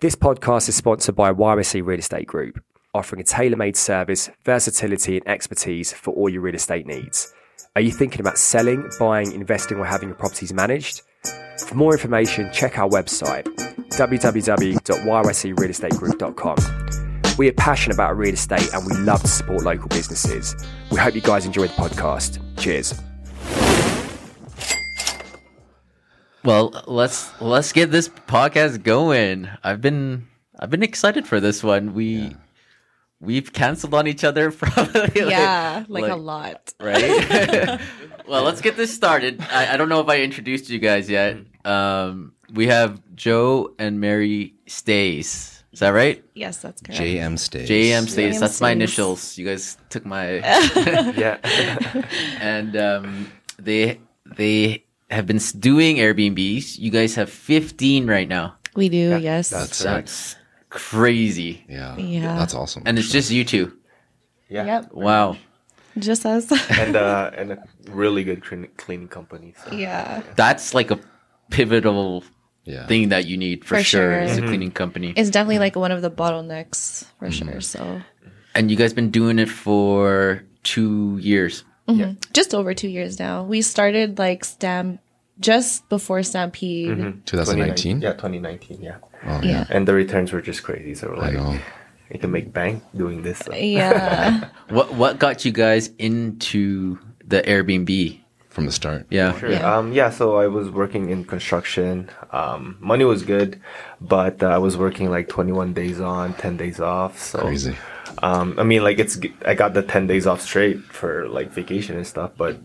This podcast is sponsored by YRC E Real Estate Group, offering a tailor made service, versatility, and expertise for all your real estate needs. Are you thinking about selling, buying, investing, or having your properties managed? For more information, check our website E www.yrserealestategroup.com. We are passionate about real estate and we love to support local businesses. We hope you guys enjoy the podcast. Cheers. Well, let's let's get this podcast going. I've been I've been excited for this one. We we've canceled on each other probably. like- yeah, like, a like- lot. right? well, let's get this started. I, I don't know if I introduced you guys yet. Um, we have Joe and Mary Stays. Is that right? Yes, that's correct. JM Stays. JM Stays. JM That's my Stays. initials. You guys took my Yeah. and um, they they have been doing Airbnbs. You guys have 15 right now. we do. yes. That's right. That's crazy. Yeah. Yeah. That's awesome. And it's just you two. Yeah. Yep. Wow. Just us. And uh and a really good clean- cleaning company. So. yeah. That's like a pivotal yeah. thing that you need for, For sure, sure. is a cleaning company. It's definitely like one of the bottlenecks for sure. So And you guys been doing it for two years. just over two years now. We started like Stamp just before Stampede. Mm-hmm. 2019. Yeah, 2019. Yeah. Oh, yeah. Yeah. And the returns were just crazy. So we're I like, know. you can make bank doing this. So. Yeah. What what got you guys into the Airbnb? From the start. Yeah. Sure. Yeah. Um, yeah, so I was working in construction. Um, money was good, but uh, I was working like 21 days on, 10 days off. So Crazy. Um, I mean, like it's g- I got the 10 days off straight for like vacation and stuff, but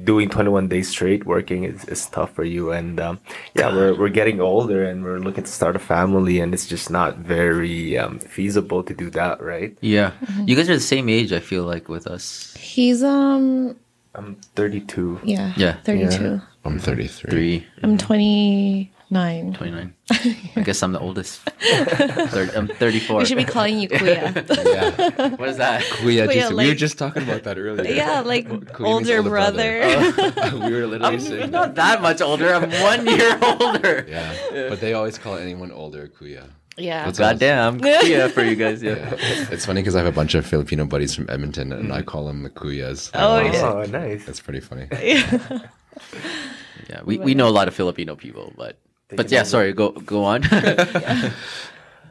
doing 21 days straight working is, is tough for you. And um, yeah, we're, we're getting older and we're looking to start a family, and it's just not very um, feasible to do that, right? Yeah. Mm-hmm. You guys are the same age, I feel like, with us. He's um I'm 32. yeah. Yeah. Thirty two. I'm 33. Three, I'm twenty nine. 29. I guess I'm the oldest. Thir- I'm 34. We should be calling you Kuya. Yeah. what is that? We, Wait, just, we were like- just talking about that earlier. yeah, like Kuya means older older brother. brother. we were literally I'm saying not that that. much older. I'm one year older. Yeah. But they always call anyone older Kuya. yeah. That's awesome. Goddamn. Yeah, for you guys. Yeah. Yeah. It's funny because I have a bunch of Filipino buddies from Edmonton and I call them the Kuyas. Oh, Always- yeah. Oh, nice. That's pretty funny. Yeah. We, we know a lot of Filipino people, but. But yeah, sorry. Go go on.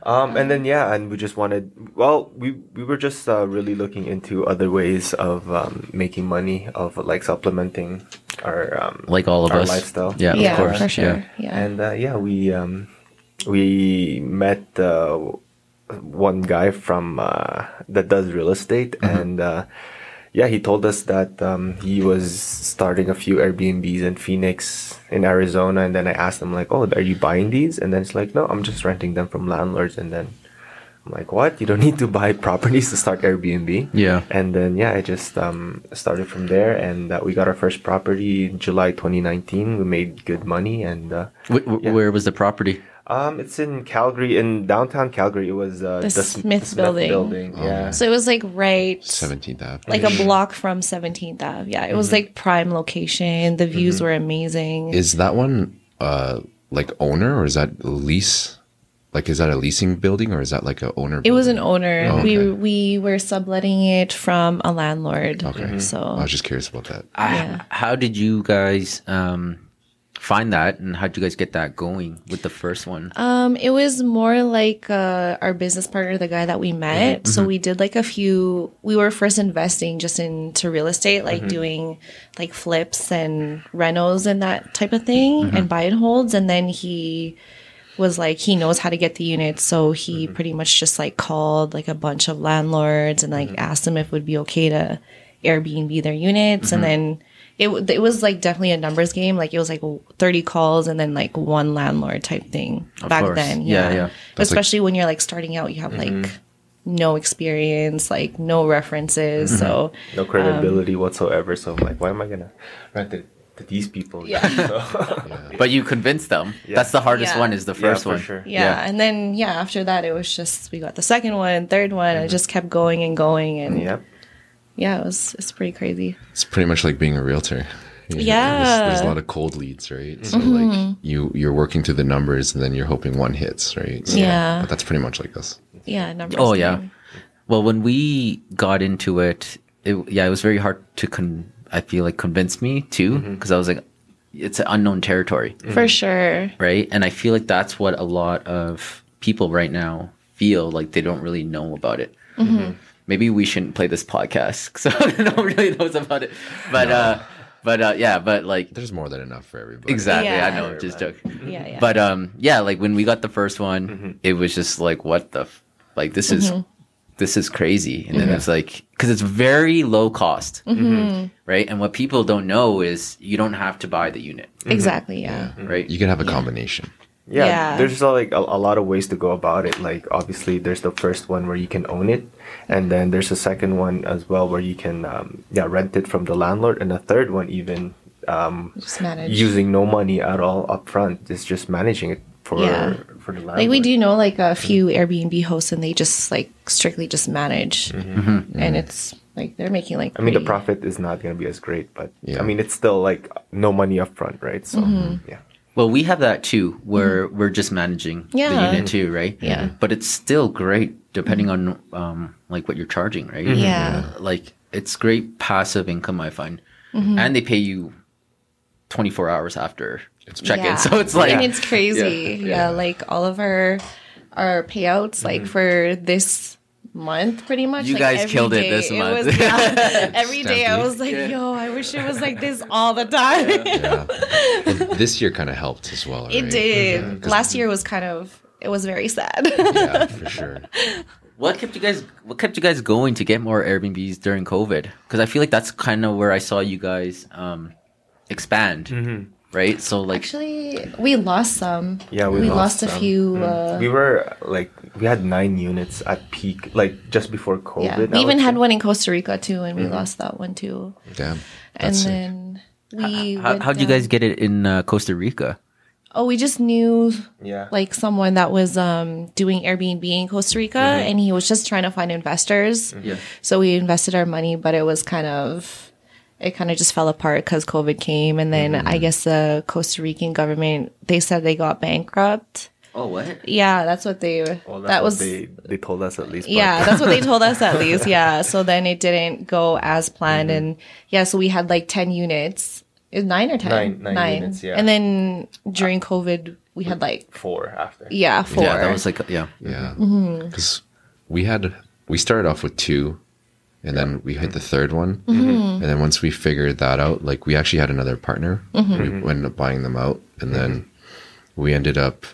Um, and then yeah, and we just wanted. Well, we we were just uh, really looking into other ways of um, making money, of like supplementing our um, like all of our us. lifestyle. Yeah, yeah, of course. for sure. Yeah. Yeah. And uh, yeah, we um, we met uh, one guy from uh, that does real estate, and uh, yeah, he told us that um, he was starting a few Airbnbs in Phoenix, in Arizona, and then I asked him like, "Oh, are you buying these?" And then it's like, "No, I'm just renting them from landlords." And then I'm like, "What? You don't need to buy properties to start Airbnb?" Yeah. And then yeah, I just um, started from there, and uh, we got our first property in July 2019. We made good money, and uh, Wh- wh- Yeah. Where was the property? um, it's in Calgary, in downtown Calgary. It was uh, The Sm- Smith Building. Oh, Yeah. So it was like right 17th Ave. like a block from 17th Ave. Yeah, it was like prime location. The views were amazing. Is that one uh like owner or is that lease? Like is that a leasing building or is that like a owner? it was an building? owner. Oh, okay. We we were subletting it from a landlord. Mm-hmm. Okay. I So was just curious about that. I- Yeah. Ah, How did you guys um, find that, and how did you guys get that going with the first one? um it was more like uh, our business partner, the guy that we met. So we did like a few we were first investing just into real estate, like doing like flips and renos and that type of thing and buy and holds and then he was like he knows how to get the units so he pretty much just like called like a bunch of landlords and like asked them if it would be okay to airbnb their units and then it, w- it was like definitely a numbers game like it was like 30 calls and then like one landlord type thing back course. then Yeah, yeah, yeah. That's like- especially when you're like starting out you have like no experience like no references so No credibility Um, whatsoever. So I'm like, why am I gonna rent it to these people? Yeah. But you convinced them. That's the hardest Yeah. one. Is the first for one. sure. yeah. and then yeah after that it was just we got the second one third one and it just kept going and going and Yep. yeah, it was it's pretty crazy. It's pretty much like being a realtor. Yeah. Mm-hmm. There's, there's a lot of cold leads, right? So like you you're working through the numbers and then you're hoping one hits, right? So- Yeah. But that's pretty much like this. Yeah, numbers. Oh yeah. game. Well, when we got into it, it yeah, it was very hard to con. I feel like convince me too Mm-hmm. because I was like, it's an unknown territory, For sure. right? And I feel like that's what a lot of people right now feel like they don't really know about it. Mm-hmm. Maybe we shouldn't play this podcast because no one really knows about it. But uh, but uh, yeah, but like There's more than enough for everybody. exactly, I Yeah. know, just joke. Mm-hmm. Yeah, yeah. But um, yeah, like when we got the first one, it was just like, what the, f- like this is, Mm-hmm. this is crazy, and then it's like, because it's very low cost, Mm-hmm. right? And what people don't know is you don't have to buy the unit, Mm-hmm. Exactly. Yeah. right? You can have a combination. yeah, Yeah. there's uh, like a, a lot of ways to go about it like obviously there's the first one where you can own it and then there's a second one as well where you can um, yeah rent it from the landlord and a third one even um, Just manage. using no money at all up front it's just managing it for Yeah. for the landlord like we do know like a few Mm-hmm. Airbnb hosts and they just like strictly just manage, Mm-hmm. and it's like they're making like. Mm-hmm. I mean, the pretty- profit is not going to be as great, but Yeah. I mean, it's still like no money up front, right? So, Mm-hmm. yeah. Well, we have that too, where we're just managing Yeah. the unit too, right? Yeah. Mm-hmm. But it's still great depending on um like what you're charging, right? Uh, Yeah. Like it's great passive income I find. Mm-hmm. And they pay you 24 hours after it's check in. Yeah. So it's like I mean, it's crazy. Yeah, like all of our our payouts, like for this month, pretty much. Mm-hmm. You like, guys every killed it day, this month. was- yeah, every day I Stampede. was like, yo, I wish it was like this all the time. Yeah. and this year kind of helped as well. It right? did. Mm-hmm. Last year was kind of. It was very sad. Yeah, for sure. what kept you guys what kept you guys going to get more Airbnbs during COVID? Cuz I feel like that's kind of where I saw you guys um expand. Right? So like Actually, we lost some. Yeah, we we lost lost, a some. Mm. few. Uh, We were like, we had nine units at peak, like just before COVID. yeah, we I even would had say. one in Costa Rica too, and we Mm-hmm. lost that one too. Damn. And That's sick. then we. how went how'd you guys down- get it in uh, Costa Rica? Oh, we just knew Yeah. like someone that was um, doing Airbnb in Costa Rica, Mm-hmm. and he was just trying to find investors. Yeah. So we invested our money, but it was kind of it kind of just fell apart because COVID came, and then Mm-hmm. I guess the Costa Rican government they said they got bankrupt. Oh, what? Yeah, that's what they. Well, that's that what was they, they told us at least. but- yeah, that's what they told us at least. Yeah. So then it didn't go as planned. Mm-hmm. And yeah, so we had like 10 units. Is nine or 10? Nine- nine units, yeah. And then during COVID, we had like, four after. yeah, four. Yeah, that was like yeah. Yeah. Mm-hmm. Because we had, we started off with two and then we hit the third one. Mm-hmm. And then once we figured that out, like we actually had another partner. Mm-hmm. We ended up buying them out and then we ended up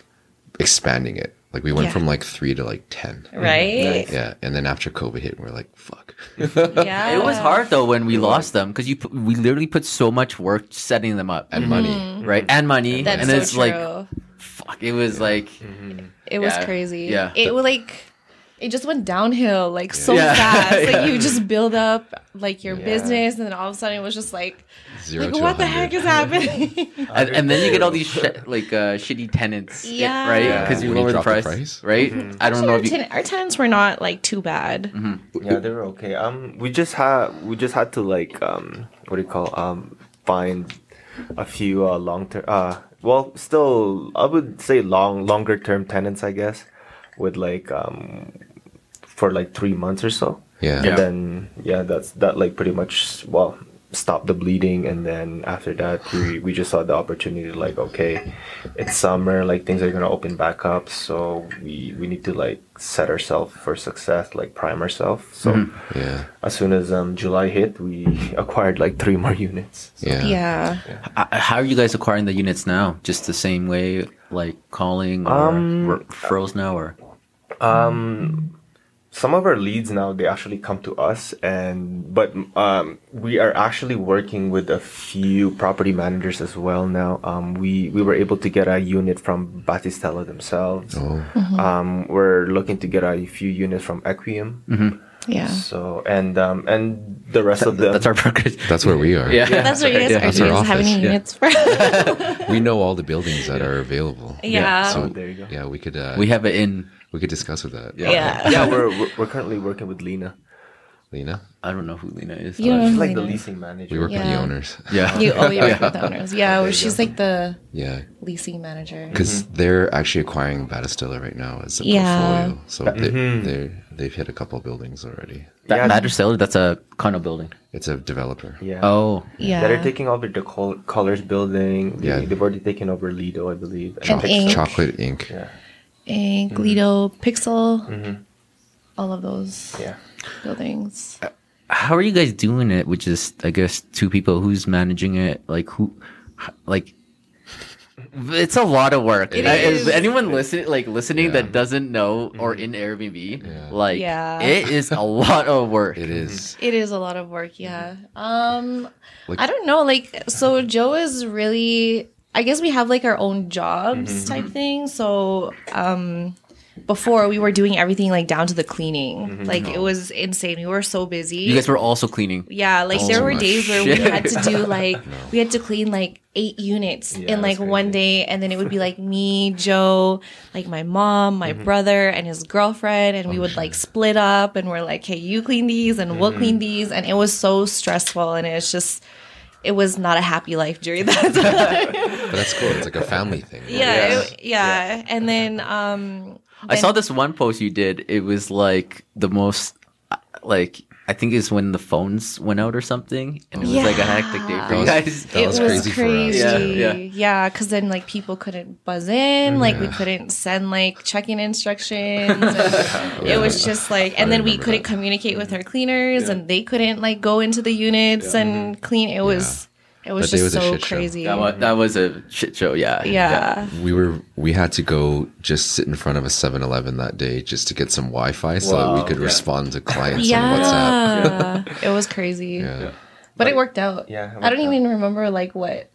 expanding it. Like we went Yeah. from like three to like 10. right? Yeah. And then after COVID hit, we are like, fuck. Yeah. It was hard though when we lost them because you put, we literally put so much work setting them up and Mm-hmm. Money. right and money That's and so it's true. like fuck it was like it was yeah, crazy. yeah. It was like, it just went downhill like so Yeah. fast. Like Yeah. you just build up like your business, and then all of a sudden it was just like, Zero like to what the 100. heck is happening? and, and then you get all these sh- like uh, shitty tenants Yeah. right Yeah. because you When you lower the drop the price, price. right I don't know if our, you Mm-hmm. ten- our tenants were not like too bad. Yeah, they were okay. Um, we just had we just had to like um, what do you call um, find a few uh, long term. Uh, well, still, I would say long, longer term tenants, I guess, with like um, for like three months or so. Yeah. And Yeah. then yeah, that's that like pretty much well stopped the bleeding, and then after that we we just saw the opportunity to like okay, it's summer, like things are gonna open back up, so we we need to like set ourselves for success, like prime ourselves. So Yeah. as soon as um July hit, we acquired like three more units. So, Yeah. yeah. h- how are you guys acquiring the units now just the same way like calling or Um, um, referrals now or some of our leads now they actually come to us and but um, we are actually working with a few property managers as well now um, we we were able to get a unit from batistella themselves Oh. um, we're looking to get a few units from equium Mm-hmm. Yeah. so and um, and the rest of the that's our progress That's where we are. yeah That's what you guys Yeah. are. That's Do you our guys have any office, yeah. units for? We know all the buildings that are available. yeah. So, there you go. yeah, we could uh, we have it in we could discuss with that. Yeah. yeah we're we're- we're currently working with lena Lena. I don't know who Lena is. You don't She's know like the Lena. leasing manager. We work with the Yeah. owners. Yeah. You oh, you work with the owners. Yeah, well, she's like the Yeah, leasing manager. because Mm-hmm. they're actually acquiring Batistella right now as a Yeah. portfolio. So Mm-hmm. they they they've hit a couple buildings already. That Yeah. matter seller, that's a condo building. It's a developer. Yeah. Oh. Yeah, That are taking over the col- colors building. They, Yeah. They've already taken over Lido, I believe. And Pixar. Ink. Chocolate Inc. Yeah. Ink, Lido, Pixel, all of those Yeah. buildings. How are you guys doing it with just I guess two people who's managing it? Like who like it's a lot of work. It I- is. anyone listen like listening Yeah. Mm-hmm. that doesn't know or in Airbnb, Yeah. like Yeah. it is a lot of work. It is. It is a lot of work, yeah. Um Mm-hmm. Like- I don't know, like so Joe is really I guess we have like our own jobs type thing. So um before we were doing everything like down to the cleaning. Like it was insane. We were so busy. You guys were also cleaning. yeah, like Oh there were my days where we shit. had to do like we had to clean like eight units Yeah, in like that's one day and then it would be like me, Joe, like my mom, my brother and his girlfriend and we would like split up and we're like, "Hey, you clean these and we'll clean these." And it was so stressful and it's just it was not a happy life during that time. But that's cool. It's like a family thing. yeah, it- yeah, And then um I then- saw this one post you did. It was like the most, uh, like I think it's when the phones went out or something, and it was like a hectic day for That you was- guys. that it was was crazy crazy. for us. Yeah, yeah. Yeah, Because then like people couldn't buzz in, like Mm-hmm. we couldn't send like check-in instructions. and It was just like, and then we remember couldn't that. Mm-hmm. communicate with our cleaners, and they couldn't like go into the units and clean. It was, it was Mm-hmm. That day just was a so shit show. crazy. That was, that was a shit show. Yeah, yeah. We were we had to go just sit in front of a 7-Eleven that day just to get some Wi-Fi so that we Wow, could yeah. respond to clients on WhatsApp. Yeah, it was crazy, Yeah. but it worked out. Yeah, I it worked don't even remember like what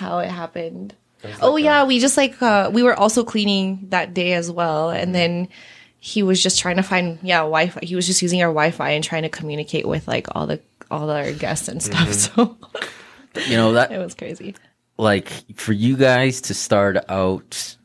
how it happened. oh yeah, we just like uh, we were also cleaning that day as well, and then he was just trying to find yeah Wi-Fi. He was just using our Wi-Fi and trying to communicate with like all the all our guests and stuff. So You know it that was crazy. like for you guys to start out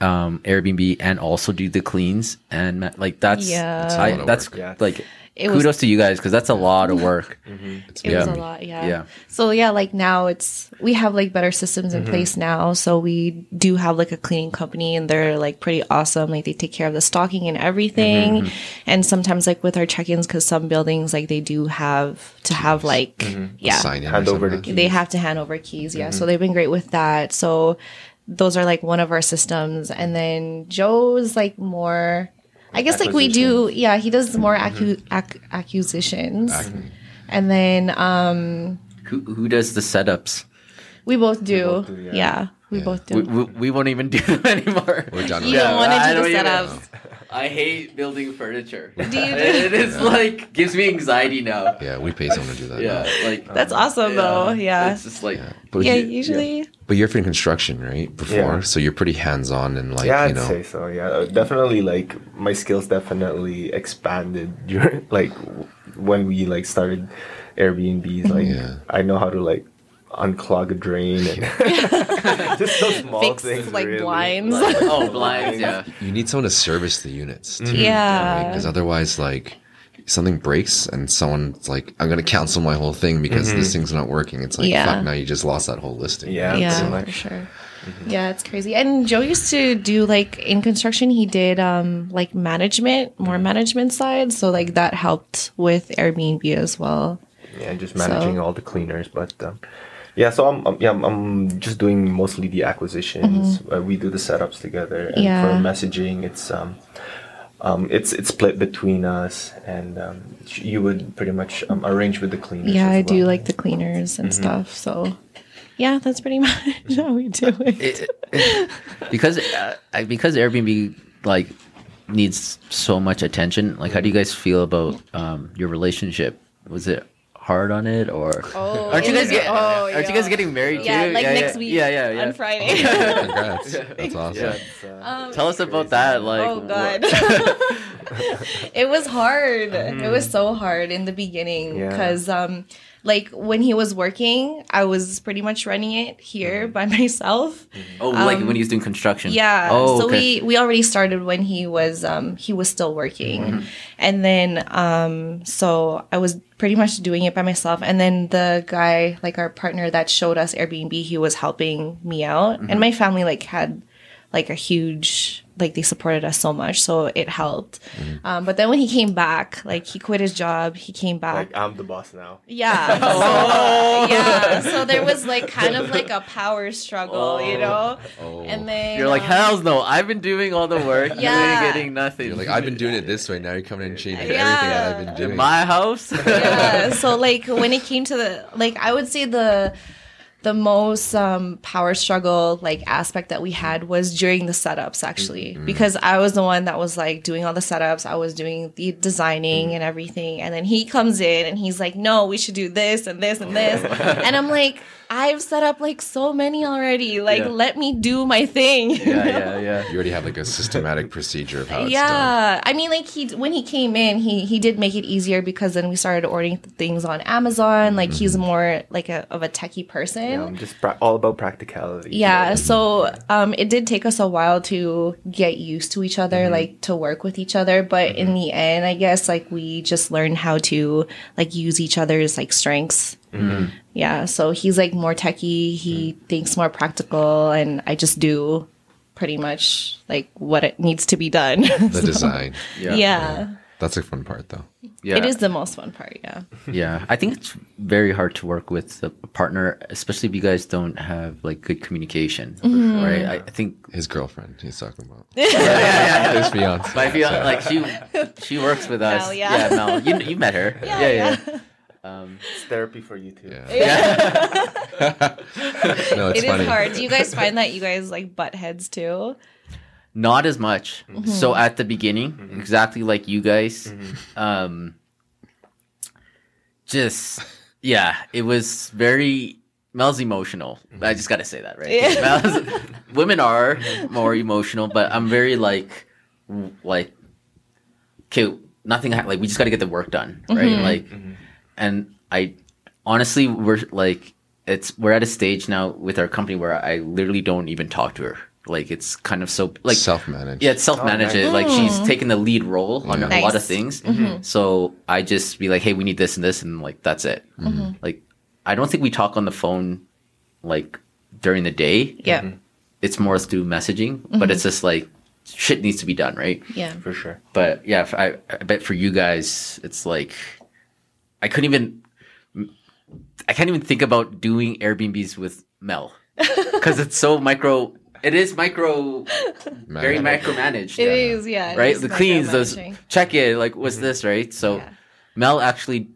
um Airbnb and also do the cleans and ma- like that's Yeah. That's a I, lot of that's work. Yeah. like It was- kudos to you guys because that's a lot of work. It Yeah. was a lot, yeah. Yeah. So yeah, like now it's we have like better systems in place now. So we do have like a cleaning company and they're like pretty awesome. Like they take care of the stocking and everything. And sometimes like with our check-ins cuz some buildings like they do have to have like yeah. Sign in or Hand over the something. key. They have to hand over keys. Yeah. So they've been great with that. So those are like one of our systems. And then Joe's like more, I guess like we do, yeah, he does more accu- ac- acquisitions. And then um, Who, who does the setups? we both do. both do, yeah. yeah. We both do. We, we, we won't even do them anymore. We're done you with don't that. want I to do don't the even- setups. I hate building furniture. Do you it is like gives me anxiety now. Yeah, we pay someone to do that. Yeah, now. like That's awesome though. Yeah. Um, It's just like But Yeah, you, usually. but you're from construction, right? Before, Yeah. so you're pretty hands-on and like yeah, I'd you know. say so. Yeah, Uh, definitely. Like my skills definitely expanded during like w- when we like started Airbnbs. Like Yeah. I know how to like unclog a drain and just those small Fix things. like really. blinds. oh blinds, yeah. You need someone to service the units Mm-hmm. too. Yeah. Because otherwise, like something breaks and someone's like, "I'm gonna cancel my whole thing because this thing's not working." It's like, Yeah. fuck, now you just lost that whole listing. Mm-hmm. Yeah. yeah, pretty much. for sure. Mm-hmm. Yeah, it's crazy. And Joe used to do like in construction. He did um like management, more Mm-hmm. management side. So like that helped with Airbnb as well. Yeah, and just managing So- all the cleaners. But um, yeah, so I'm, I'm yeah I'm, I'm just doing mostly the acquisitions. Uh, we do the setups together, and for Mm-hmm. Yeah. messaging, it's um, um, it's it's split between us, and um, sh- you would pretty much um, arrange with the cleaners. yeah, as I do well. like the cleaners and Mm-hmm. stuff. So yeah, that's pretty much how we do it. It- it- because uh, I- because Airbnb like needs so much attention. Like, how do you guys feel about um, your relationship? Was it hard on it or? Oh, Aren't you it guys was- get, oh, Aren't you yeah. guys getting married yeah, too? like next week Yeah, yeah, yeah. on Friday. Congrats. That's awesome. uh, Uh, Tell us about that. Like, oh what- god. it was hard. It was so hard in the beginning Yeah. because, um, like, when he was working, I was pretty much running it Mm-hmm. here by myself. Oh, like Um, when he was doing construction. Yeah. Oh, so okay. we we already started when he was um he was still working. Mm-hmm. And then um so I was pretty much doing it by myself and then the guy like our partner that showed us Airbnb he was helping me out Mm-hmm. and my family like had like a huge like they supported us so much so it helped. Mm-hmm. Um but then when he came back like he quit his job, he came uh, back. Like I'm the boss now. Yeah. So, Oh. Yeah. So there was like kind of like a power struggle, you know? Oh. And then Oh. You're like, um, hell's no, I've been doing all the work. Yeah. You ain't getting nothing. You're like, I've been doing it this way. Now you're coming in and changing Yeah. everything that I've been in doing. my house. yeah. So like when it came to the like I would say the the most um, power struggle like aspect that we had was during the setups actually Mm-hmm. because I was the one that was like doing all the setups I was doing the designing Mm-hmm. and everything and then he comes in and he's like no we should do this and this and this and I'm like I've set up like so many already like Yeah. let me do my thing you yeah, know? yeah, yeah. You already have like a systematic procedure of how Oh, it's done. yeah i mean like he when he came in he he did make it easier because then we started ordering th- things on amazon like he's more like a, of a techie Yeah, person I'm just pra- all about practicality. yeah, so um it did take us a while to get used to each other like to work with each other but in the end i guess like we just learned how to like use each other's like strengths yeah so he's like more techie he thinks more practical and i just do pretty much like what it needs to be done The design. Yeah. yeah. That's a fun part though. Yeah. It is the most fun part, yeah. Yeah, I think it's very hard to work with a partner, especially if you guys don't have like good communication, right? I, I think. His girlfriend he's talking about. His fiance. But I feel like she she works with us. Mel, yeah. Mel, you you met her. Yeah, yeah. It's therapy for you too. Yeah. Yeah. No, it's It is funny. hard. Do you guys find that you guys like butt heads too? Not as much. So at the beginning, exactly like you guys, um, just yeah, it was very. Mel's emotional. I just gotta say that, right? Yeah. Mel's, women are more emotional, but I'm very like, w- like, okay, nothing. Ha- like we just gotta get the work done, right? Like, and I honestly, we're like, it's we're at a stage now with our company where I literally don't even talk to her. Like it's kind of so like self managed. yeah, it's self managed. nice. Like she's taking the lead role on a Nice. lot of things. So I just be like, hey, we need this and this, and like that's it. Like I don't think we talk on the phone like during the day. Yeah. It's more through messaging, but it's just like shit needs to be done, right? Yeah. For sure. But yeah, if I, I bet for you guys, it's like I couldn't even. I can't even think about doing Airbnbs with Mel because it's so micro. It is micro, very micromanaged It is, yeah. it right? is The cleans, those micromanaging. check in, like what's Mm-hmm. this, right? So Yeah. Mel actually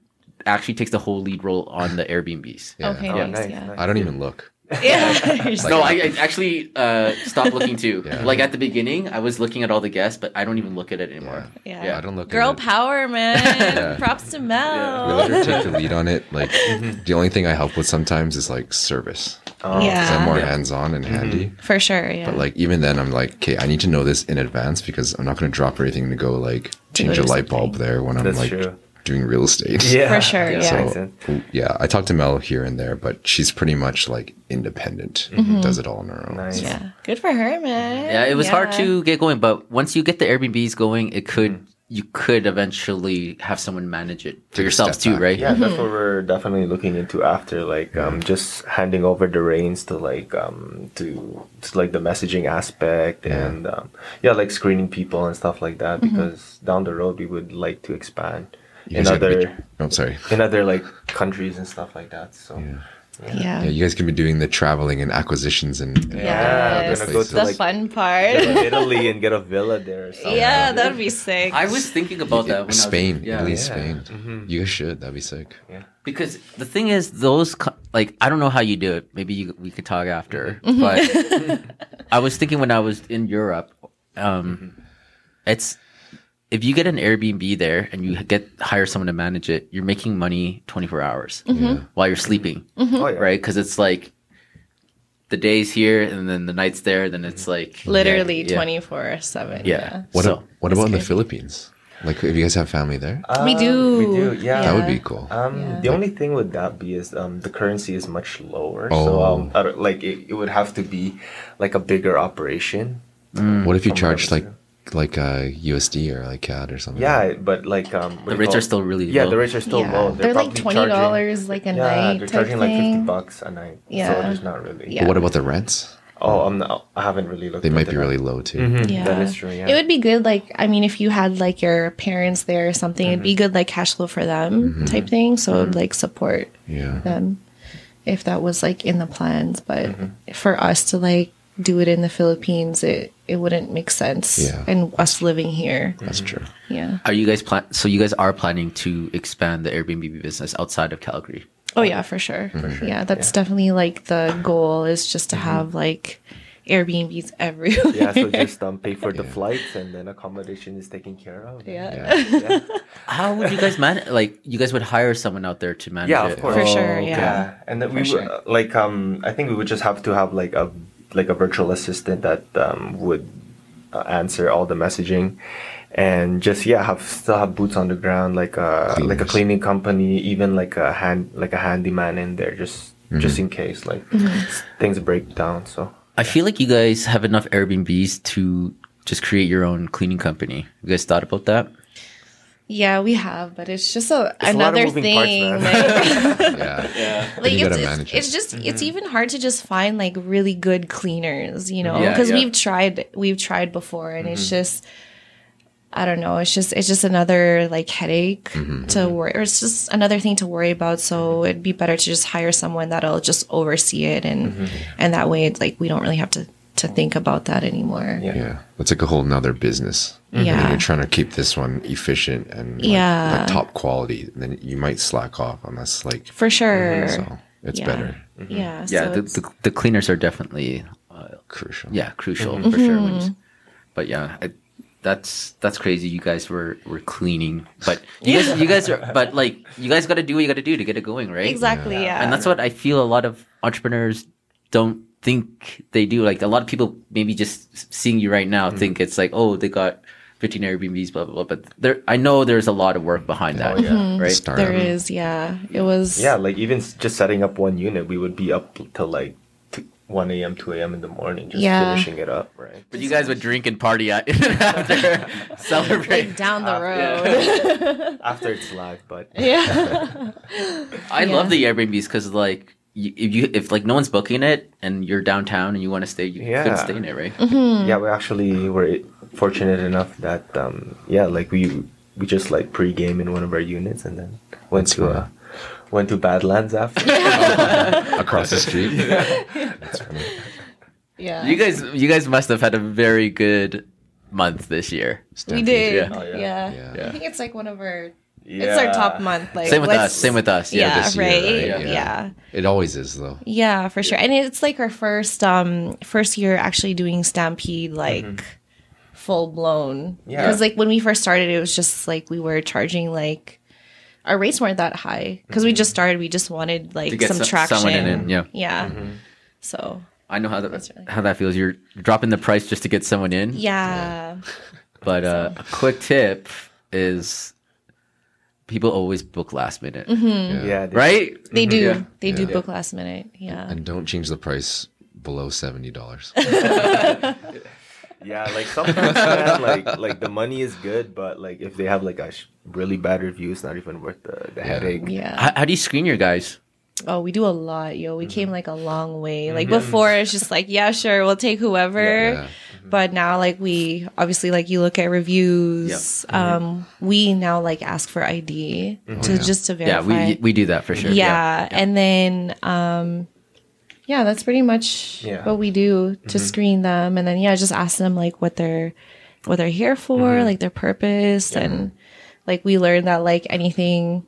actually takes the whole lead role on the Airbnbs. Yeah. Okay, Yeah, Oh, nice, nice, yeah. nice. I don't even look. Yeah. no, I, I actually uh, stopped looking too. Yeah. Like at the beginning, I was looking at all the guests, but I don't even look at it anymore. Yeah. yeah. I don't look. Girl at it. power, man. Props to We Mel. let her take the lead on it. Like Mm-hmm. the only thing I help with sometimes is like service. Yeah. i I'm more hands on Mm-hmm. and handy. For sure, yeah. But like even then, I'm like, okay, I need to know this in advance because I'm not going to drop everything to go like change do a light something. bulb there when I'm That's like true. doing real estate. Yeah. For sure, yeah. Makes So, sense. yeah, I talk to Mel here and there, but she's pretty much like independent, Mm-hmm. does it all on her own. Nice. yeah. Good for her, man. Yeah, it was hard Yeah. to get going, but once you get the Airbnbs going, it could you could eventually have someone manage it for Mm. Take a yourselves step too, back. right? Yeah, that's what we're definitely looking into after, like, um, just handing over the reins to like, um, to, to like the messaging aspect and um, yeah, like screening people and stuff like that. Because down the road, we would like to expand You in guys gotta be- other oh, I'm sorry. in other like countries and stuff like that. So Yeah. Yeah, you guys can be doing the traveling and acquisitions and, and Yeah, Yes. we're gonna go That's to, the like- fun Go part. to Italy and get a villa there. Or something. yeah, that'd be sick. I was thinking about that when I was, Spain, yeah. Italy, Yeah. Mm-hmm. Spain. You guys should. That'd be sick. because the thing is those co- like i don't know how you do it maybe you, we could talk after but i was thinking when i was in europe um Mm-hmm. it's if you get an airbnb there and you get hire someone to manage it you're making money 24 hours while you're sleeping Oh, yeah. right because it's like the day's here and then the night's there then it's like Literally yeah, 24 7. yeah, yeah. What, so a- what about in the Philippines? Like, if you guys have family there, We Um, do. We do. Yeah. that would yeah. be cool. Um, Yeah. The only thing with that be is um, the currency is much lower, Oh. so um, I don't- like it, it would have to be like a bigger operation. what if you From charge like Robertson. like uh, USD or like CAD or something? Yeah, but like um, what do The you rates call- are still really yeah, low. the rates are still Yeah. low. They're, like probably charging- $20 like a yeah, night they're type charging like fifty thing. bucks a night. so Yeah. it's not really. But Yeah. what about the rents? Oh, I'm not, I haven't really looked. They might into be really that. low too. Mhm, Yeah. That is true. Yeah. It would be good, like, I mean, if you had like your parents there or something, it'd be Mm-hmm. good, like, cash flow for them type thing. So it would like support Yeah. them if that was like in the plans. But Mm-hmm. for us to like do it in the Philippines, it, it wouldn't make sense. Yeah. And us living here. That's true. Yeah. Are you guys plan? So you guys are planning to expand the Airbnb business outside of Calgary? Oh, yeah, for sure. Mm-hmm. Yeah. That's definitely like the goal is just to have like Airbnbs everywhere. yeah, so just um, pay for the flights and then accommodation is taken care of. Yeah. yeah, How would you guys manage? Like you guys would hire someone out there to manage Yeah, it? of course. For sure, okay. yeah. Yeah, and then we For would sure. like um I think we would just have to have like a like a virtual assistant that um would uh, answer all the messaging and just yeah have still have boots on the ground like a like a Cleaners. cleaning company even like a hand like a handyman in there just Mm-hmm. just in case like s- things break down so I feel like you guys have enough Airbnbs to just create your own cleaning company. You guys thought about that? Yeah, we have, but it's just a, It's a lot of another moving parts, thing. man. like- Yeah. like you it's, gotta it's, manage it's it. just it's even hard to just find like really good cleaners you know Yeah, because yeah. we've tried we've tried before and it's just i don't know it's just it's just another like headache Mm-hmm, to worry or it's just another thing to worry about so it'd be better to just hire someone that'll just oversee it and and that way it's like we don't really have to to think about that anymore Yeah. Yeah. That's like a whole nother business. And then yeah you're trying to keep this one efficient and like, Yeah. like, top quality. And then you might slack off unless like for sure Mm-hmm, so it's Yeah. better. Yeah, yeah the, so it's- the, the cleaners are definitely uh, Crucial. yeah crucial Mm-hmm. for sure. when you- but yeah, I, that's that's crazy. You guys were were cleaning, but you guys you guys are but like you guys got to do what you got to do to get it going, right? exactly yeah, and that's what I feel a lot of entrepreneurs don't think they do. Like a lot of people, maybe just seeing you right Mm. now, think it's like, oh, they got 15 Airbnbs, blah blah blah. But there, I know there's a lot of work behind that, Oh, yeah. Mhm. right? Startup. there is yeah it was yeah like even s- just setting up one unit we would be up till like t- 1 a.m 2 a.m in the morning just Yeah. finishing it up right But you guys would drink and party at after celebrate. like down Uh, the road after it's live but Yeah. I love the Yeah. Airbnbs because like. You, if you if like no one's booking it and you're downtown and you want to stay, you Yeah. can stay in it, right? Mm-hmm. yeah we actually were fortunate enough that um yeah like we we just like pre-game in one of our units and then went That's fun. to uh went to badlands after Across the street. yeah. You guys, you guys must have had a very good month this year. we did. Yeah. Oh, yeah. Yeah. I think it's like one of our yeah. it's our top month. Like Same with let's- us. Same with us. Yeah, Yeah, this year, right? right? Yeah. Yeah. yeah. It always is though. for sure. And it's like our first um first year actually doing Stampede like full blown. Mm-hmm. Yeah. Because like when we first started it was just like we were charging like our rates weren't that high because Mm-hmm. we just started. We just wanted To like get some, so- traction. someone in it, yeah. yeah. Mm-hmm. So I know how that That's really- how that feels. You're dropping the price just to get someone in. yeah, But uh, a quick tip is people always book last minute, Mm-hmm. Mm. yeah they- right? they do. Mm-hmm. Yeah. They do Yeah. book last minute. Yeah, And don't change the price below seventy dollars. yeah like sometimes man, like like the money is good but like if they have like a sh- really bad review it's not even worth the, the headache yeah. How, how do you screen your guys? Oh, we do a lot, yo. We Mm-hmm. came like a long way. Like before, it's just like, yeah, sure, we'll take whoever. yeah. Mm-hmm. But now, like we obviously like you look at reviews. Um, we now like ask for ID to just to Mm-hmm. Oh, Yeah, verify. we we do that for sure. yeah. and then um, yeah, that's pretty much Yeah. what we do to screen them, and then yeah, just ask them like what they're what they're here for, like their purpose, and like we learned that like anything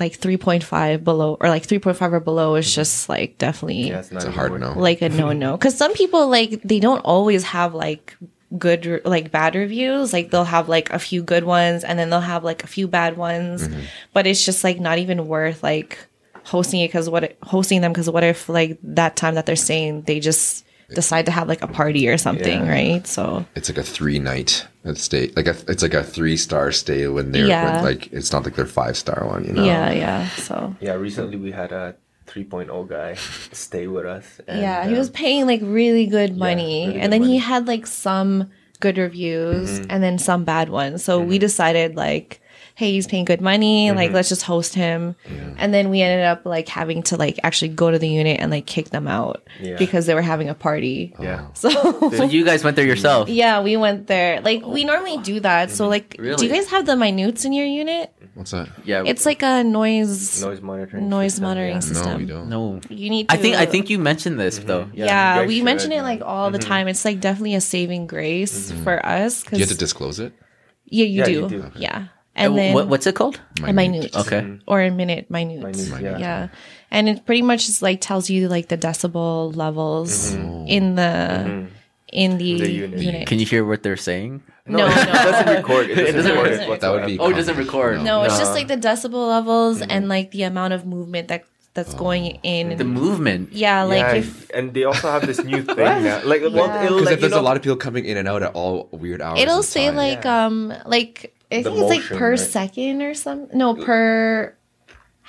like 3.5 below or like 3.5 or below is just like definitely yeah it's, not It's a even hard worth- no. like a no no because some people like they don't always have like good re- like bad reviews like they'll have like a few good ones and then they'll have like a few bad ones but it's just like not even worth like hosting it because what hosting them because what if like that time that they're staying they just decide to have like a party or something, Yeah. right? So It's like a three night stay. Like a, it's like a three star stay when they're Yeah. when, like it's not like their five star one. You know. yeah, yeah. So Yeah, recently we had a 3.0 guy stay with us. and, yeah, he uh, was paying like really good money, really good and then money. Mm-hmm. he had like some good reviews and then some bad ones. So we decided like, hey, he's paying good money, like Mm-hmm. let's just host him. And then we ended up like having to like actually go to the unit and like kick them out Yeah. Oh. because they were having a party. um, Yeah. So So you guys went there yourself. yeah, we went there. Like we normally do that. Mm-hmm. So like, do Really? you guys have the minutes in your unit? What's that? Yeah. It's like a noise Oh. Noise monitoring. noise system, monitoring yeah. system. No, we don't. no. You need. To, I think I think you mentioned this though. Yeah, you guys we should, mention it yeah. Mm-hmm. like all the time. It's like definitely a saving grace for us You have to because disclose it. yeah, you Yeah, do. you do. Mm-hmm. Yeah, And and then what, what's it called? a minute? Okay. or a minute minute. Minute, Yeah. yeah. and it pretty much just like tells you like the decibel levels in the in the, Mm-hmm. The unit. unit. Can you hear what they're saying? no, it no. doesn't record. It doesn't, doesn't record. record. whatsoever. That would be. Oh, it doesn't record. No, it's just like the decibel levels Mm-hmm. and like the amount of movement that that's Oh. going in. The movement. Mm-hmm. yeah, like yeah, if and they also have this new thing now. Like, well, Yeah. it'll, Because like, if there's you know, a lot of people coming in and out at all weird hours, it'll and say times. like um like I The think it's like motion, per right? second or some no per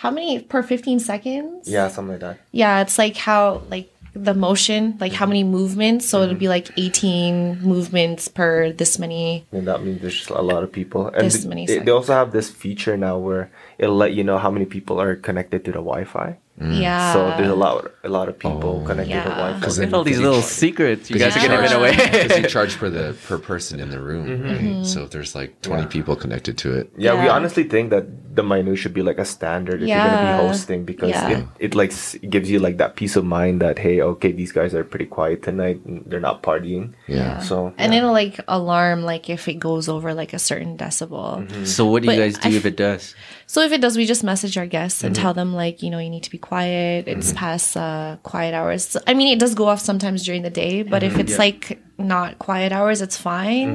how many per fifteen seconds? yeah, something like that. Yeah, it's like how like the motion, like Mm-hmm. how many movements. So it'll be like eighteen movements per this many. And that means there's just a lot of people. And This th- many they, they seconds. also have this feature now where it'll let you know how many people are connected to the Wi-Fi. Yeah. Mm-hmm. so there's a lot, a lot of people Oh. connected to Ah. Yeah. Wi-Fi. Because Look at all these little secrets. You guys are Yeah. giving it away. Mm-hmm. Because you charge for the per person in the room, right? Mm-hmm. So if there's like 20 people connected to it, Yeah, we Yeah. honestly think that the minute should be like a standard if you're gonna Yeah. be hosting because Yeah. it, it like s- gives you like that peace of mind that hey okay these guys are pretty quiet tonight and they're not partying Yeah. so and yeah. it'll like alarm like if it goes over like a certain Mm-hmm. decibel. So what do you But guys do I- if it does? So if it does, we just message our guests and tell them like you know you need to be quiet. It's past uh, quiet hours. So- I mean, it does go off sometimes during the day, but if it's like not quiet hours, it's fine.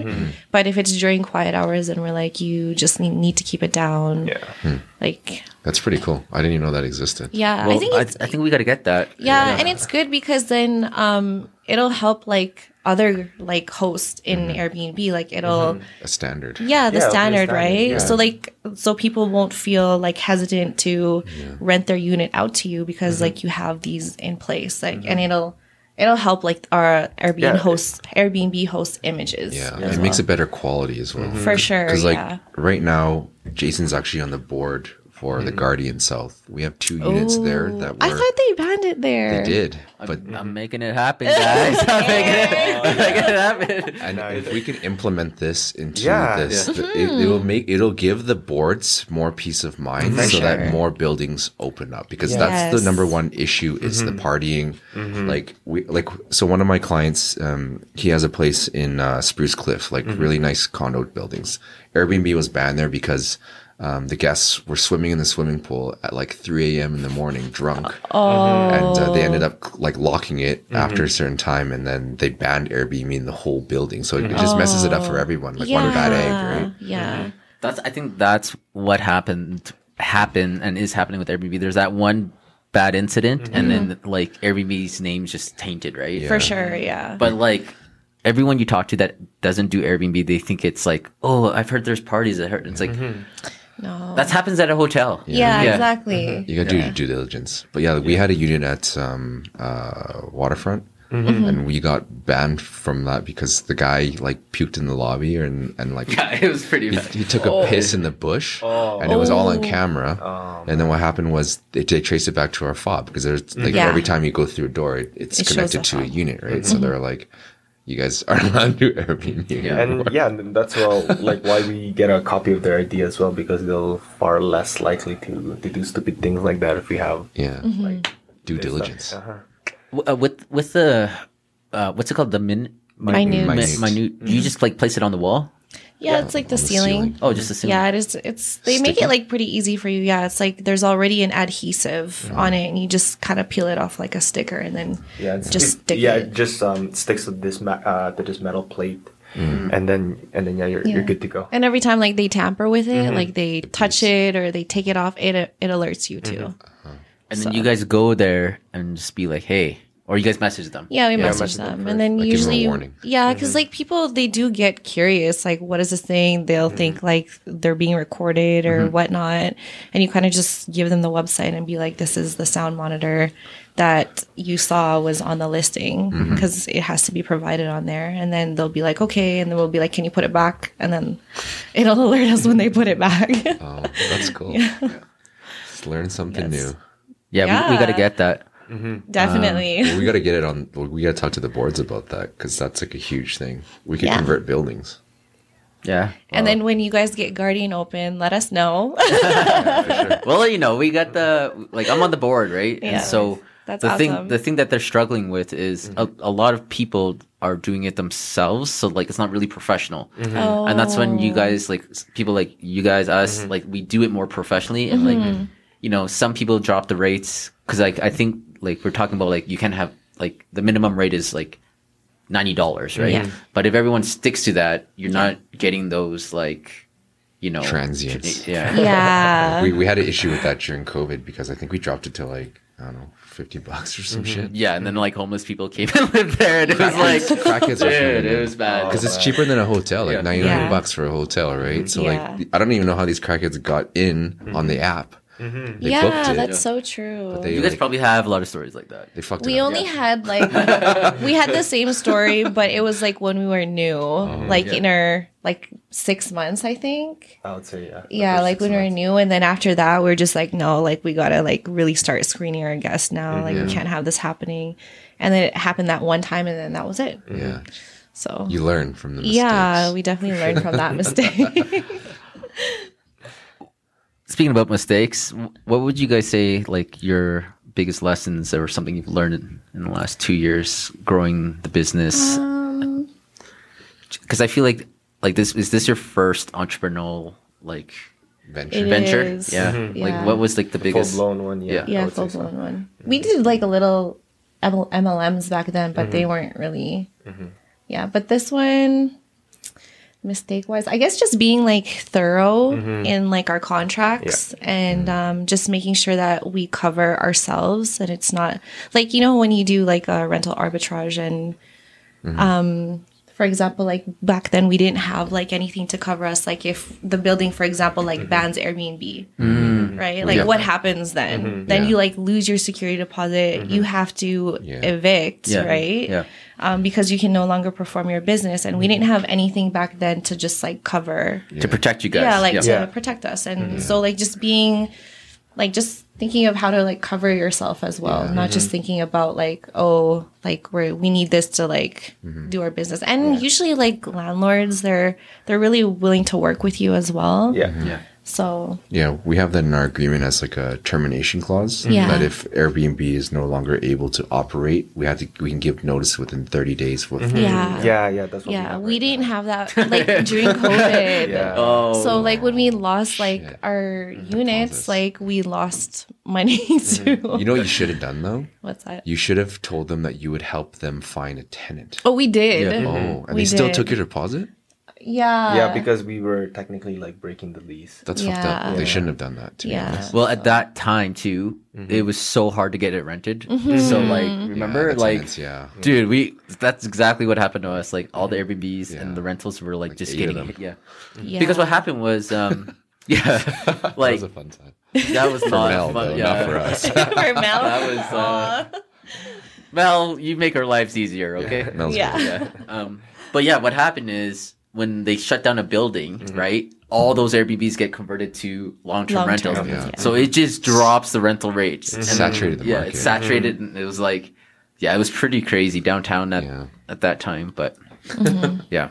But if it's during quiet hours, then we're like you just need, need to keep it down. yeah Like that's pretty cool. I didn't even know that existed. yeah, Well, I think I, it's, I think we got to get that. yeah, and it's good because then um it'll help like other like hosts in Airbnb. Like it'll A standard. yeah the Yeah, it'll be a standard standard, right yeah. so like so people won't feel like hesitant to rent their unit out to you because like you have these in place like and it'll it'll help like our airbnb Yeah, it- host airbnb host images Yeah, as it makes well. it better quality as well. Mm-hmm. for sure Because like yeah right now, Jason's actually on the board for the Guardian South. We have two units there that were i thought they banned it there they did, but I'm making it happen, guys. I'm making it, I'm making it happen. and if we can implement this into Yeah. this, the- it, it will make it'll give the boards more peace of mind, so that sure. more buildings open up. Because Yeah. that's the Yes. number one issue is the partying. Like we like so one of my clients, um, he has a place in uh, Spruce Cliff, like really nice condo buildings. Airbnb was banned there because. Um, the guests were swimming in the swimming pool at like 3 a.m. in the morning, drunk and uh, they ended up like locking it after a certain time and then they banned airbnb in the whole building so it, it just messes it up for everyone like one bad egg right yeah That's I think that's what happened happened and is happening with Airbnb. There's that one bad incident and then like Airbnb's name's just tainted, right? for sure yeah But like everyone you talk to that doesn't do Airbnb, they think it's like, oh, I've heard there's parties. I heard it's like no that happens at a hotel. yeah, exactly you gotta do due diligence but yeah we had a unit at um, uh, waterfront and we got banned from that because the guy like puked in the lobby and, and like Yeah, it was pretty he, bad. he took a piss in the bush and it was all on camera and then what happened was they, they traced it back to our fob because there's like Yeah. every time you go through a door it, it's It shows connected the to a fob. Mm-hmm. unit right so they're like you guys aren't allowed to do airbnb Yeah. and yeah and that's well like why we get a copy of their idea as well because they'll far less likely to to do stupid things like that if we have yeah Mm-hmm. like due this stuff. diligence Uh-huh. W- uh, with with the uh, what's it called the min Minute. minute, minute. you just like place it on the wall yeah, it's like the, the ceiling. ceiling. oh just assume Yeah, it is. It's they make Sticky? it like pretty easy for you. Yeah, it's like there's already an adhesive on it, and you just kind of peel it off like a sticker, and then Yeah, it's- just it- stick Yeah, it. it just um, sticks to this ma- uh, to this metal plate, Mm. and then and then yeah, you're Yeah. you're good to go. And every time like they tamper with it, like they touch it or they take it off, it it alerts you too. and then you guys go there and just be like hey or you guys message them. Yeah, we message message them them, first. and then Like, give 'em a usually, warning. yeah, Mm-hmm. because like people, they do get curious. Like, what is this thing? They'll Mm-hmm. think like they're being recorded or whatnot, and you kind of just give them the website and be like, "This is the sound monitor that you saw was on the listing Mm-hmm. because it has to be provided on there." And then they'll be like, "Okay," and then we'll be like, "Can you put it back?" And then it'll alert us when they put it back. Oh, that's cool. Let's learn something Yes. new. Yeah, We, we got to Yeah. get that. Definitely. Ah, Well, we got to get it on. We got to talk to the boards about that because that's like a huge thing. We could Yeah. convert buildings. Yeah. and then when you guys get Guardian open, let us know. Well, you know, we got the like I'm on the board, right? Yeah. And so That's the thing awesome. the thing that they're struggling with is a, a lot of people are doing it themselves, so like it's not really professional. Oh. And that's when you guys like s- people like you guys us like we do it more professionally and Mm-hmm. like you know, some people drop the rates cuz like I think like we're talking about like you can have like the minimum rate is like $90, right? Yeah. But if everyone sticks to that, you're not getting those like you know Transients. Yeah. yeah. we, we had an issue with that during COVID because I think we dropped it to like I don't know fifty bucks or some shit. Yeah, and then like homeless people came and lived there, and it was like, Crackheads are dude, coming it in. was bad. Because it's cheaper than a hotel, like Oh, Yeah. 99 Yeah. bucks for a hotel, right? So Yeah. like, I don't even know how these crackheads got in on the Mm-hmm. app. They yeah, booked it. that's so true. But they, you guys like, probably have a lot of stories like that. they fucked it we up. only had like we had the same story, but it was like when we were new, Oh, like in our like six months, I think. I would say yeah. the Yeah, first like six when we were months. new, and then after that, we are just like, no, like we gotta like really start screening our guests now. Like we can't have this happening. And then it happened that one time, and then that was it. Yeah, So you learn from the mistakes. yeah, we definitely learned from that mistake. Speaking about mistakes, what would you guys say like your biggest lessons or something you've learned in the last two years growing the business? Uh, Um, Because I feel like like this is this your first entrepreneurial like venture. It venture? is. Mm-hmm. Yeah. Yeah. Like what was like the biggest? full blown one. Yeah, Yeah. I yeah, would say full so. blown one. We did like a little ML- MLMs back then, but Mm-hmm. they weren't really. Yeah, but this one, mistake wise, I guess just being like thorough Mm-hmm. in like our contracts and um, just making sure that we cover ourselves and it's not like you know when you do like a rental arbitrage and Mm-hmm. um, for example, like back then we didn't have like anything to cover us. Like if the building, for example, like Mm-hmm. bans Airbnb, right? Like Yeah. what happens then? Then Yeah. you like lose your security deposit. You have to Yeah. evict, Yeah. right? Yeah. Um, because you can no longer perform your business. And we didn't have anything back then to just like cover To protect you guys. yeah like to Yeah. protect us and so like just being like just thinking of how to like cover yourself as well not just thinking about like oh like we're we need this to like do our business and usually like landlords they're they're really willing to work with you as well Yeah. Mm-hmm. yeah. so Yeah, we have that in our agreement as like a termination clause. Mm-hmm. Yeah. That if Airbnb is no longer able to operate, we have to we can give notice within thirty days. With Mm-hmm. yeah yeah, yeah, that's what yeah have we right didn't have that like during covid now. Yeah. Oh. so like when we lost like Shit. our units Deposits. like we lost money too You know what you should have done though? what's that You should have told them that you would help them find a tenant. oh we did Yeah. Oh, yeah and We they did. still took your deposit? yeah, yeah, because we were technically like breaking the lease. That's fucked up. Yeah. They shouldn't have done that. To Yeah. Be honest. Well, at that time too, Mm-hmm. it was so hard to get it rented. So like, remember, Yeah, the like, tenants, yeah. dude, we that's exactly what happened to us. Like all the Airbnbs Yeah. and the rentals were like, just eight of getting them. hit. Yeah. Yeah. because what happened was, um, yeah, that like was a fun time. that was not Mel, fun. though, yeah. not for us. for Mel. That was uh, Mel. You make our lives easier, okay? Yeah, Mel's Yeah. good. yeah. Um, but yeah, what happened is when they shut down a building, Mm-hmm. right? All those Airbnbs get converted to long-term, Long-term, rentals. yeah. So it just drops the rental rates. And saturated the yeah, market. Mm-hmm. it saturated, and it was like, yeah, it was pretty crazy downtown at Yeah. at that time. But Mm-hmm. yeah,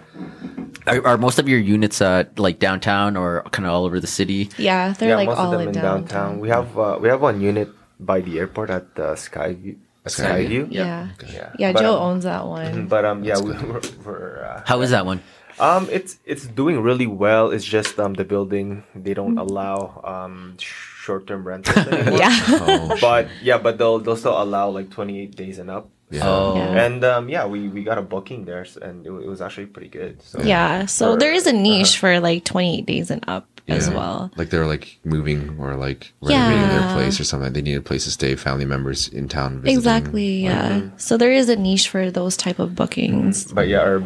are, are most of your units uh like downtown or kind of all over the city? yeah, they're yeah, like most all of them in in downtown. downtown. We have uh, we have one unit by the airport at uh, Skyview. Skyview. Skyview. Yeah. yeah. Yeah. but, Joe um, owns that one. But um, yeah, we, we're, we're uh, How is that one? Um, it's it's doing really well. It's just um the building they don't allow um short term rentals anymore. Mm. yeah. Oh, But yeah, but they'll they'll still allow like twenty eight days and up. yeah. Oh, Yeah. And um yeah, we we got a booking there s- and it, wa- it was actually pretty good. So yeah. So Or- there is a niche for like 28 days and up. as Yeah. well. Like they're like moving or like Yeah. renovating their place or something. They need a place to stay. Family members in town. Visiting. Exactly. Yeah. So there is a niche for those type of bookings. But yeah, our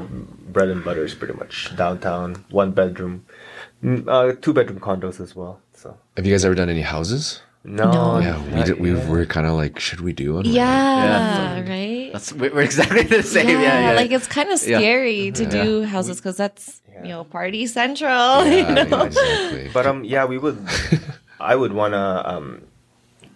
bread and butter is pretty much downtown, one bedroom, mm, uh, two bedroom condos as well. So Have you guys ever done any houses? no, No. Yeah, we not did, we yet. were kind of like, should we do one? Yeah. Right. That's we're we're exactly the same. Yeah, yeah. Like it's kind of Yeah. scary to do houses because that's you know party central. Yeah, you know? yeah, exactly. But um, yeah, we would. I would wanna um,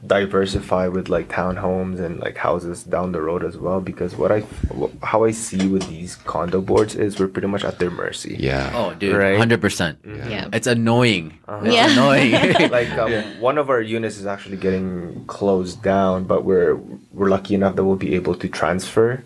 diversify with like townhomes and like houses down the road as well because what I wh- how I see with these condo boards is we're pretty much at their mercy. yeah. oh, dude, Right. hundred percent. Yeah. It's annoying. Uh-huh. It's Yeah. annoying. like um, one of our units is actually getting closed down, but we're we're lucky enough that we'll be able to transfer,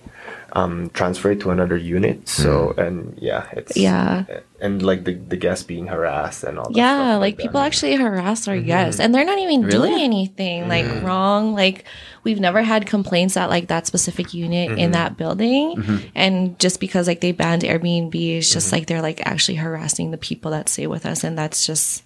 um, transfer it to another unit. So Hmm. and yeah, it's Yeah. and like the the guests being harassed and all. that Yeah, stuff like that. people actually harass our guests and they're not even Mm-hmm. Really? Mm-hmm. doing anything like wrong. Like we've never had complaints at like that specific unit in Mm-hmm. that building. And just because like they banned Airbnb, it's Mm-hmm. just like they're like actually harassing the people that stay with us and that's just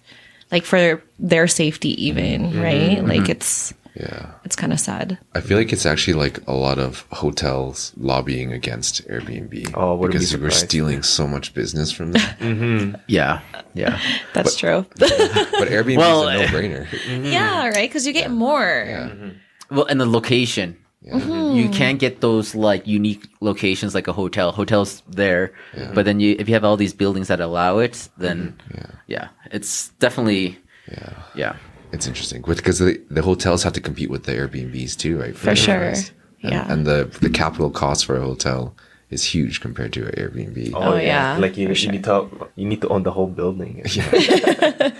like for their safety even, Mm-hmm. right? Like it's Yeah. it's kind of sad. I feel like it's actually like a lot of hotels lobbying against Airbnb. Oh, wouldn't be because we're surprised. stealing so much business from them. yeah, yeah. That's true. but Airbnb Well, is a no-brainer. yeah, right? Cuz you get more. yeah. Well, and the location. You can't get those like unique locations like a hotel. Hotels there, but then you if you have all these buildings that allow it, then yeah, it's definitely Yeah. yeah. It's interesting because the, the hotels have to compete with the Airbnbs too, right? For the sure. rents. And, Yeah. and the the capital cost for a hotel is huge compared to an Airbnb. Oh, Oh, yeah. yeah, like you, for you sure. need to you need to own the whole building.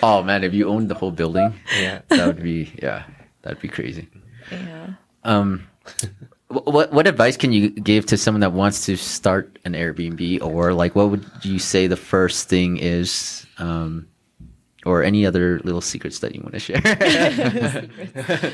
Oh man, if you owned the whole building, yeah. that would be yeah, that'd be crazy. Yeah. Um, wh- what what advice can you give to someone that wants to start an Airbnb, or like what would you say the first thing is, um, or any other little secrets that you want to share?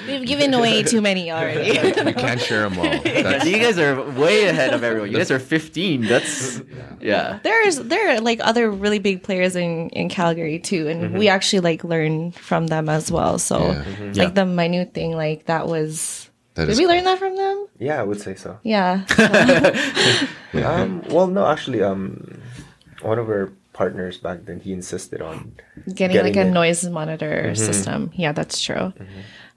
We've given away too many already. We can't share them all. That's, you guys are way ahead of everyone. You guys are fifteen. That's yeah. there's there are like other really big players in in Calgary too, and we actually like learn from them as well. So Yeah. like Yeah. the minute thing, like that was. that Did is we learn Mm-hmm. that from them? yeah, I would say so. Yeah. Um, well, no, actually, um, one of our partners back then he insisted on getting, like Getting a it. Mm-hmm. noise monitor system. Yeah, that's true.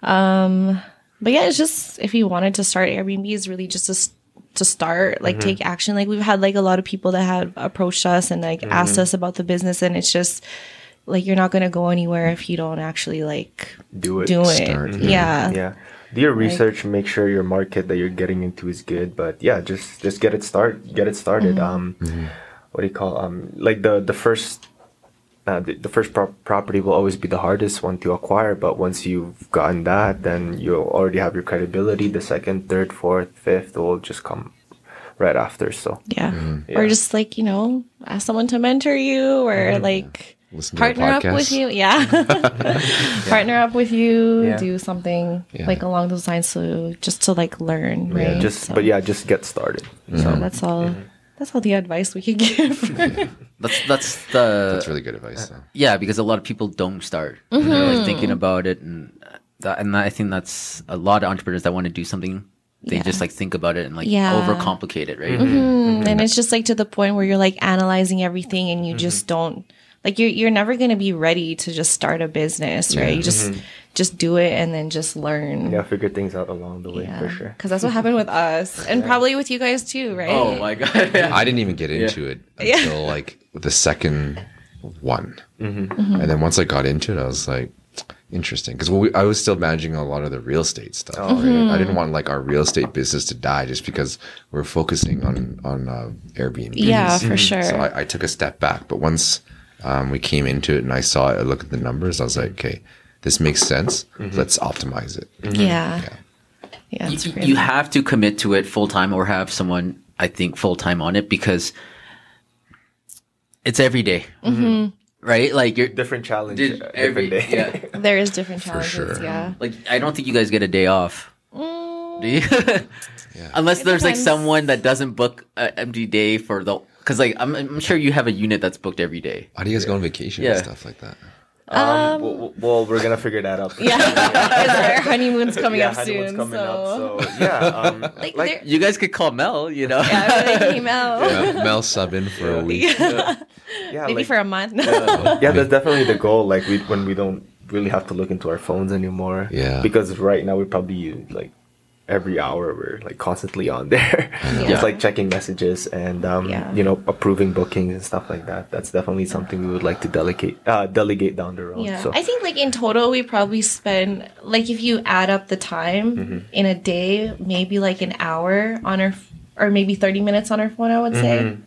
Um, but yeah, it's just if you wanted to start Airbnb, is really just to, s- to start, like Mm-hmm. take action. Like we've had like a lot of people that have approached us and like Mm-hmm. asked us about the business, and it's just like you're not going to go anywhere if you don't actually like do it. Mm-hmm. do it. Start. Mhm. Yeah. Yeah. Do your research, make sure your market that you're getting into is good. But yeah, just just get it start get it started. Um what do you call um like the the first uh, the, the first pro- property will always be the hardest one to acquire, but once you've gotten that, then you already have your credibility. The second, third, fourth, fifth will just come right after. So Yeah. Mm-hmm. Yeah. Mm-hmm. Or just like, you know, ask someone to mentor you or like Listen to the partner up podcast. with you. Yeah. Partner up with you, Yeah. do something Yeah. like along those lines so just to like learn, right? just so, but yeah, Mm-hmm. just get started. Mm-hmm. so that's all that's all the advice we could give. That's that's the that's really good advice. Though. yeah because a lot of people don't start They're, Mm-hmm. like thinking about it and that, and I think that's a lot of entrepreneurs that want to do something they Yeah. just like think about it and like Yeah. overcomplicate it right Mm-hmm. Mm, and it's just like to the point where you're like analyzing everything and you just don't like you're you're never gonna be ready to just start a business, right? You just Mm-hmm. just do it and then just learn. Yeah, figure things out along the way for sure. Because that's what happened with us, and probably with you guys too, right? oh my god I didn't even get into it until like the second one, Mm-hmm. and then once I got into it, I was like, interesting, because we, I was still managing a lot of the real estate stuff. Oh, right? I Mm-hmm. didn't want like our real estate business to die just because we're focusing on on uh, Airbnb. Yeah, for sure. So I, I took a step back, but once um, we came into it and I saw it, I looked at the numbers, I was like, okay, this makes sense. Mm-hmm. Let's optimize it. yeah. yeah, it's you, great. you have to commit to it full time or have someone i think full time on it because it's every day. Mm-hmm. right like you're Different challenge Dude, uh, every every day. yeah there is different challenges. sure. Yeah, like i don't think you guys get a day off do you? Unless there's like Mm. depends. someone that doesn't book an empty day for the because like I'm, I'm sure you have a unit that's booked every day. How do you guys go on vacation Yeah. and stuff like that? Um, w- w- well, we're gonna figure that out. Yeah, It's our honeymoon's coming yeah, up honeymoon's soon. coming so. up. So yeah, um, like, like, there- You guys could call Mel, you know. yeah, everybody came out. Yeah, Mel sub in for a week. yeah, Maybe like, for a month. yeah, that's definitely the goal. Like we, when we don't really have to look into our phones anymore. Yeah. Because right now we probably use, like every hour we're like constantly on there, Yeah. just like checking messages and um, Yeah. you know approving bookings and stuff like that. That's definitely something we would like to delegate uh, delegate down the road. Yeah. So I think like in total we probably spend like if you add up the time in a day, maybe like an hour on our f- or maybe 30 minutes on our phone, I would say.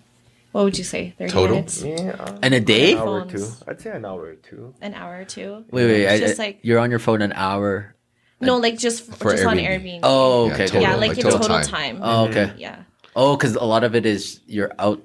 What would you say? 30 Total? minutes? yeah, uh, And a day? an hour or two. Phones. I'd say an hour or two. An hour or two? Wait, wait. I, Just I- like- you're on your phone an hour. No, like just For just on Airbnb. Airbnb. Oh, okay. Yeah, okay. total. yeah, Total, like, like in total total, time. time. Oh, okay. Yeah. Oh, because a lot of it is you're out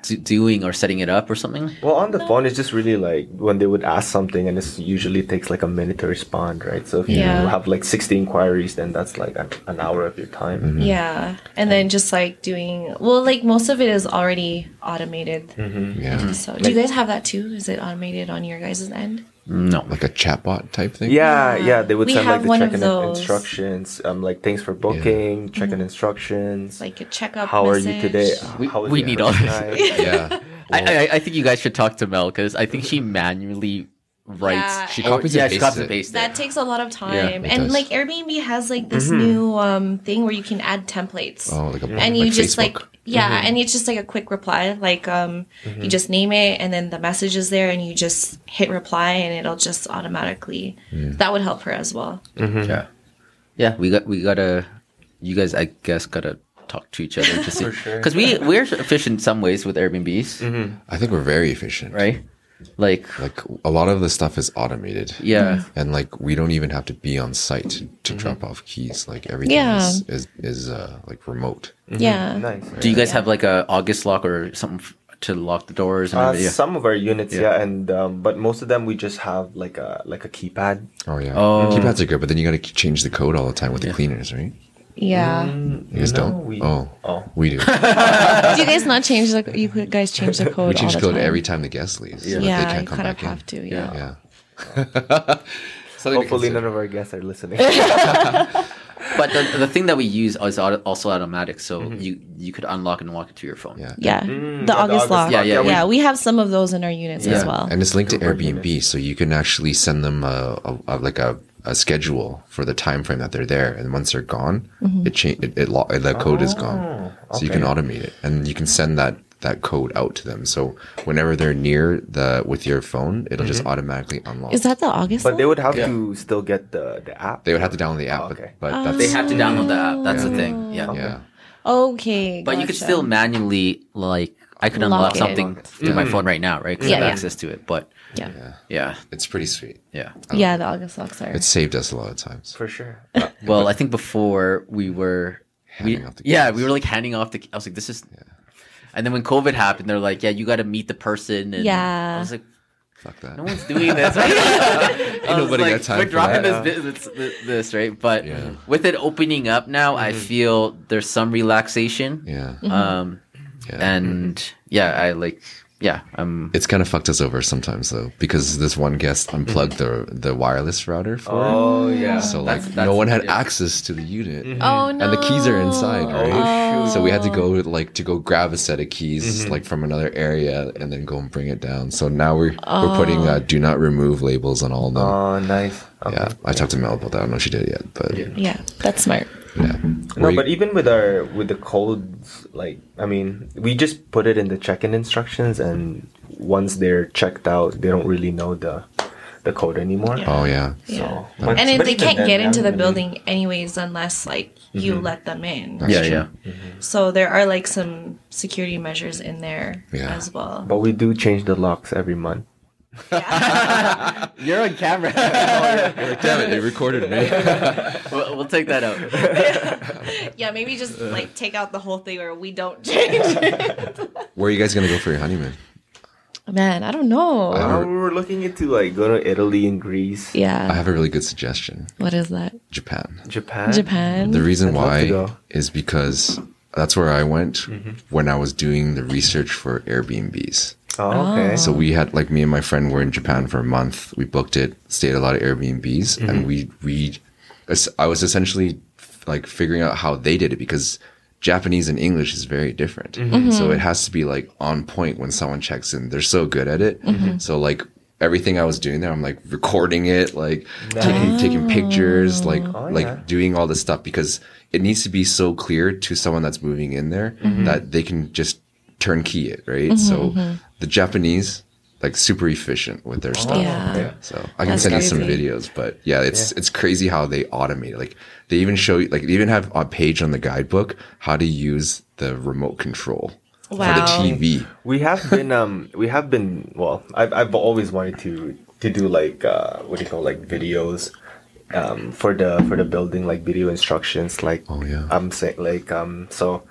do- doing or setting it up or something. Well, on the phone, it's just really like when they would ask something, and it usually takes like a minute to respond, right? So if you Yeah. have like 60 inquiries, then that's like an, an hour of your time. Mm-hmm. Yeah. And then just like doing well, like most of it is already automated. Yeah. So do you guys have that too? Is it automated on your guys' end? No. Like a chatbot type thing? Yeah, Yeah. yeah, they would We send have like the one of check-in those. Mm-hmm. instructions, um, like thanks for booking, check-in instructions, Like a checkup. how are you message? today? We- How was we your need all first this. night? Yeah. I, I, I think you guys should talk to Mel because I think she manually writes. Yeah. She Oh, copies yeah, and she pastes copies and it. pastes That takes a lot of time. and It does. like Airbnb has like this new um thing where you can add templates. Oh, like a and you like just Facebook. like yeah, and it's just like a quick reply. Like um you just name it and then the message is there and you just hit reply and it'll just automatically that would help her as well. Yeah. Yeah, we got we gotta. You guys, I guess, gotta talk to each other to see sure. Mm-hmm. because we we're efficient in some ways with Airbnbs, I think we're very efficient. right? Like, Like a lot of the stuff is automated. yeah, And like we don't even have to be on site to, to drop off keys. Like everything Yeah. is is, is uh, like remote. Yeah. Nice. Do you guys have like a August lock or something f- to lock the doors? And Uh, everything? yeah. Some of our units, yeah, and um, but most of them we just have like a like a keypad. Oh yeah. Oh. Keypads are good, but then you got to change the code all the time with the cleaners, right? Yeah. You guys No, don't. we- oh. oh. We do. Do you guys not change the you guys change the code? we change all the code time? every time the guest leaves. so Yeah, that they can't you come kind of back in. have to, yeah. Yeah. Hopefully, none of our guests are listening. But the, the thing that we use is au- also automatic, so Mm-hmm. you you could unlock and walk it to your phone. Yeah. Yeah. Mm, the yeah, August lock. Yeah, yeah, we- we have some of those in our units as Yeah. well. And it's linked to Airbnb, so you can actually send them a, a, a like a, a schedule for the time frame that they're there, and once they're gone, Mm-hmm. it cha- it, it lo- the code is gone, Oh, so you can automate it, and you can send that that code out to them. So whenever they're near the with your phone, it'll Mm-hmm. just automatically unlock. Is that the August but they lock? would have to still get the the app. they would have to download the app, Oh, but- okay. but, that's They have to download the app. That's the Mm. thing. Yeah. yeah. Okay. But you could gotcha. still manually like I could Lock unlock it. something to Mm-hmm. my phone right now, right? 'Cause I Yeah, have yeah. access to it. But Yeah. yeah, It's pretty sweet. yeah. Yeah, the August locks are. It's saved us a lot of times. for sure. Well, I think before we were, we, Handing off the yeah, we keys. were like handing off the. I was like, this is. And then when COVID happened, they're like, yeah, you got to meet the person. And I Yeah. was like, Fuck that. no one's doing this. Ain't nobody got time We're for dropping that." this, this, this, this, right? But Yeah. Mm-hmm. with it opening up now, I feel there's some relaxation. yeah. Um, Yeah. Mm-hmm. and yeah, I like, yeah, I'm. It's kind of fucked us over sometimes though, because this one guest unplugged the the wireless router for it. oh yeah. So like That's- no that's- one had yeah. access to the unit, oh no. and the keys are inside, right? Oh, shoot. So we had to go like to go grab a set of keys like from another area and then go and bring it down. So now we're we're putting uh, do not remove labels on all of them. Oh, nice. Okay. yeah, I talked to Mel about that. I don't know if she did it yet, but yeah. Yeah, that's smart. Were No, you- but even with our with the codes, like I mean, we just put it in the check-in instructions, and once they're checked out, they don't really know the the code anymore. oh yeah, Yeah. So, but- And then but they even can't then, get into I the mean, building anyways unless like you Mm-hmm. let them in. That's yeah, true. yeah. So there are like some security measures in there Yeah. as well. But we do change the locks every month. You're on camera. Damn it, they recorded me. we'll, we'll take that out. yeah, maybe just like take out the whole thing or we don't change. Where are you guys gonna go for your honeymoon? Man, I don't know. I Uh, have, we a, were looking into like go to Italy and Greece, I yeah. have a really good suggestion. What is that? Japan. Japan. Japan. The reason Mm-hmm. I'd love to why go. is because that's where I went when I was doing the research for Airbnbs. Oh, okay. So we had like me and my friend were in Japan for a month. We booked it, stayed at a lot of Airbnbs, and we we es- I was essentially like figuring out how they did it because Japanese and English is very different. So it has to be like on point when someone checks in. They're so good at it. So like everything I was doing there, I'm like recording it, like taking, taking pictures, like like yeah. doing all this stuff because it needs to be so clear to someone that's moving in there that they can just turnkey it, right? so the Japanese like super efficient with their stuff. Yeah. Yeah. So I Oh. can That's send you some crazy. videos, but yeah, it's it's crazy how they automate. it. Like they even show you, like they even have a page on the guidebook how to use the remote control Wow. for the TV. We have been um we have been well I've I've always wanted to to do like uh what do you call like videos um for the for the building like video instructions like Oh, yeah. I'm saying like um so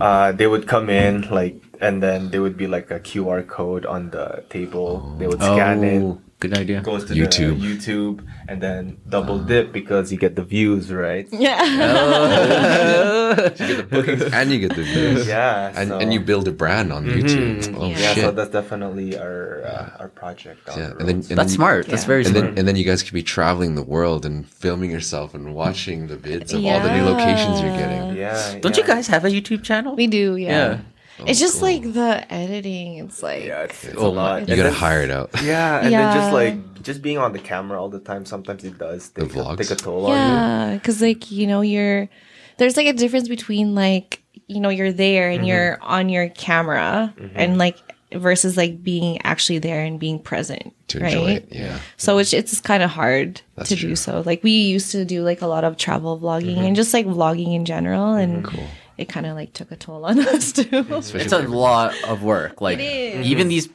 uh they would come in like and then there would be like a QR code on the table they would scan Oh, it good idea. goes to YouTube. Ah. the YouTube and then double dip because you get the views right Yeah. Oh. and you get the views. yeah And, so- and you build a brand on YouTube. Oh Mm-hmm. yeah shit! so that's definitely our uh, our project down yeah, the and then road. and then That's you- smart. That's Yeah. very And smart. then, and then you guys could be traveling the world and filming yourself and watching the vids of all the new locations you're getting. yeah Don't you yeah. guys have a YouTube channel? We do, Yeah. yeah. Oh, It's just like the editing. It's like Yeah, it's, it's Oh a my- lot. You And gotta then- hire it out. Yeah, and then just Yeah. like just being on the camera all the time, sometimes it does The take, a, vlogs? take a toll on yeah, because like you know you're there's like a difference between like you know you're there Mm-hmm. and you're on your camera and like versus like being actually there and being present To right? enjoy it, yeah. So it's it's kind of hard That's to true. do so. Like we used to do like a lot of travel vlogging and just like vlogging in general, and it kind of like took a toll on us too. It's a lot of work. Like is. even these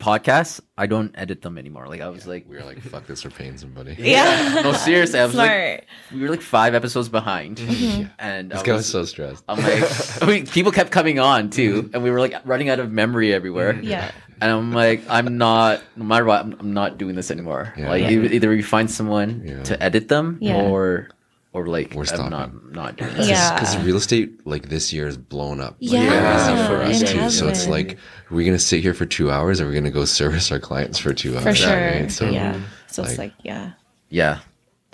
podcasts, I don't edit them anymore. Like I was like, We were like, fuck this, we're paying somebody. Mm-hmm. yeah, no, seriously, I was like, smart. we were like five episodes behind, and Mm-hmm. This I guy was, was Mm-hmm. so stressed. I'm like, I mean, people kept coming on too, and we were like running out of memory everywhere. Mm-hmm. yeah, And I'm like, I'm not, no matter what, I'm, I'm not doing this anymore. Yeah. Like, e- either we find someone Yeah. to edit them, Yeah. or, or like, We're I'm stopping. not, not doing this. yeah, because real estate like this year is blown up like, Yeah, crazy for us it too has so it's been. like we're we gonna sit here for two hours or we're gonna go service our clients for two for hours sure. right? so yeah, so like- it's like yeah, yeah,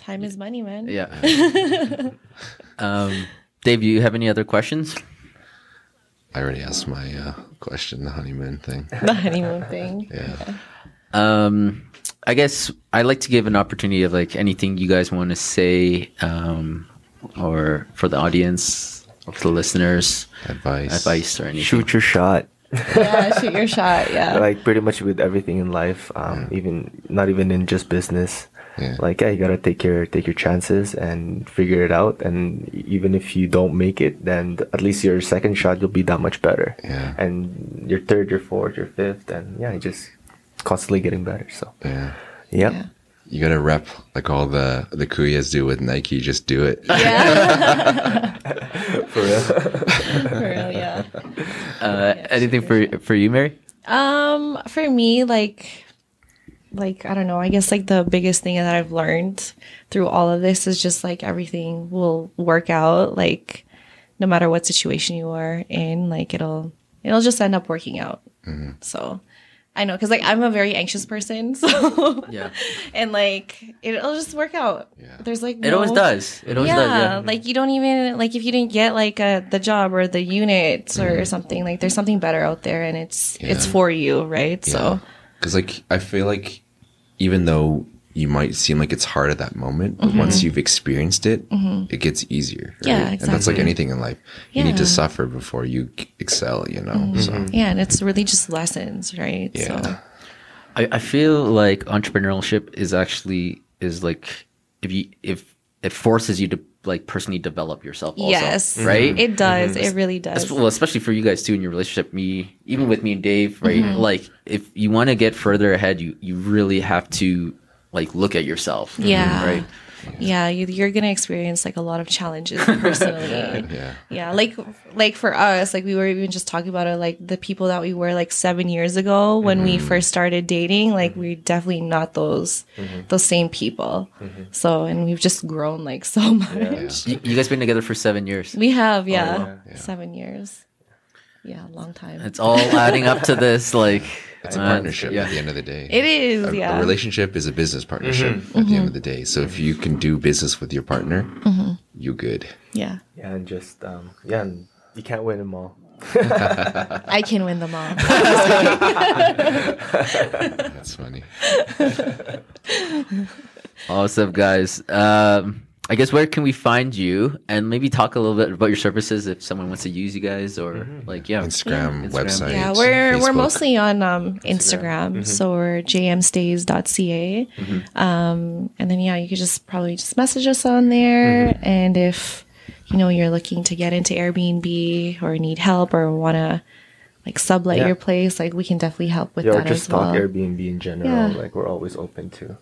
time is money, man. yeah. um, Dave, you have any other questions? i already asked my uh, question the honeymoon thing the honeymoon thing. yeah um i guess i like to give an opportunity of like anything you guys want to say um or for the audience or for the listeners advice advice or anything Shoot your shot. Yeah, shoot your shot. Yeah. Like pretty much with everything in life, um, even not even in just business. Yeah. Like yeah, you gotta take your take your chances and figure it out. And even if you don't make it, then at least your second shot you'll be that much better. Yeah. And your third, your fourth, your fifth, and yeah, you just constantly getting better. So yeah yeah. Yeah. you gotta rep like all the the kuyas do with nike just do it yeah. For real. For real, yeah. uh, anything for for you mary Um, for me, like like I don't know, I guess like the biggest thing that I've learned through all of this is just like everything will work out, like no matter what situation you are in, like it'll it'll just end up working out. Mm-hmm. So I know, cause like I'm a very anxious person, so yeah and like it'll just work out. Yeah. There's like it always no- does it always yeah, does yeah like you don't even like if you didn't get like uh, the job or the unit or something like there's something better out there and it's it's Yeah. for you right so because like i feel like even though you might seem like it's hard at that moment but once you've experienced it it gets easier right? Mm-hmm. Yeah, and that's like exactly. anything in life you need to Yeah. Mm-hmm. suffer before you c- excel you know so yeah and it's really just lessons right so Yeah. I, I feel like entrepreneurship is actually is like if you if it forces you to like personally develop yourself also, yes Mm-hmm. right it does it really does Es- well, especially for you guys too in your relationship. Me, even with me and Dave, right? Mm-hmm. Like, if you want to get further ahead, you you really have to like look at yourself. Yeah. right. yeah, you, you're gonna experience like a lot of challenges personally. Yeah. Yeah, like like for us, like we were even just talking about it, like the people that we were like seven years ago when we first started dating, like we're definitely not those those same people. So and we've just grown like so much. You, you guys been together for seven years. We have, yeah, seven years. Yeah, long time. It's all adding up to this. Like It's a man, partnership at the Yeah. end of the day. it is, a, a yeah. Mm-hmm. relationship is a business partnership Mm-hmm. at the end of the day. So if you can do business with your partner, you good. yeah. Yeah, and just um, yeah, and you can't win them all. I can win them all. That's funny. Awesome, guys. Um, I guess where can we find you, and maybe talk a little bit about your services if someone wants to use you guys, or like yeah, Instagram, Instagram. website. Yeah, we're we're Facebook. mostly on um, Mm-hmm. Instagram, so we're jmstays.ca, Mm-hmm. um, and then yeah, you could just probably just message us on there, Mm-hmm. and if you know you're looking to get into Airbnb or need help or want to like sublet Yeah. your place, like we can definitely help with Yeah, or that just as well. talk Airbnb in general. Yeah. Like we're always open to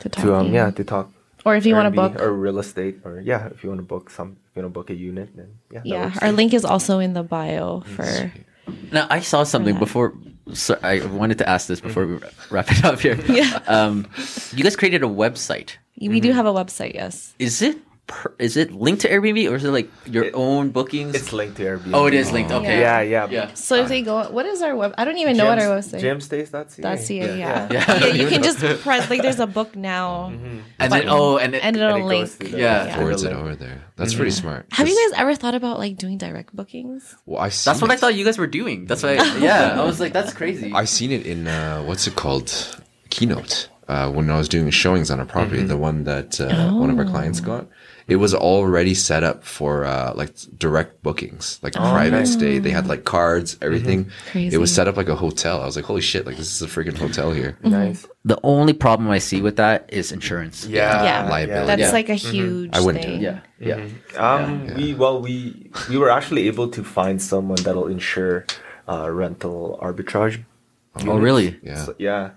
to talk to um to yeah you. to talk. or if you want to Airbnb book, or real estate or yeah, if you want to book some, if you want to book a unit, then yeah. that yeah, works our too. link is also in the bio for Now I saw something that. before. So I wanted to ask this before we wrap it up here. Yeah. Um, you guys created a website. we Mm-hmm. do have a website, yes. Is it per, is it linked to Airbnb or is it like your own bookings? It's linked to Airbnb. oh, it is linked. Okay. Yeah, yeah. Yeah. So if they go, what is our web? I don't even know what our website. Jamstays.ca. That's it. Yeah. Yeah. Yeah. you can just press like there's a book now, And then oh, and, it, and And it'll it goes link. through the- Yeah. through the Forwards it link. over there. That's pretty smart. Have you 'Cause- guys ever thought about like doing direct bookings? Well, I've seen that's what I it. thought you guys were doing. That's why. Yeah, I was like, that's crazy. I've seen it in uh, what's it called? Keynote. Uh, when I was doing showings on a property, Mm-hmm. the one that uh, one of our clients Oh. got, it was already set up for uh, like direct bookings, like private stay. They had like cards, everything. It Oh. was Mm-hmm. Crazy. Mm-hmm. set up like a hotel. I was like, holy shit! Like this is a freaking hotel here. Nice. the only problem I see with that is insurance. Uh, Yeah. Yeah. Liability. That's Yeah. like a huge I wouldn't do thing. it. Yeah. Yeah. Um, we well we we were actually able to find someone that'll insure uh, rental arbitrage. Oh, really? Yeah. So, yeah,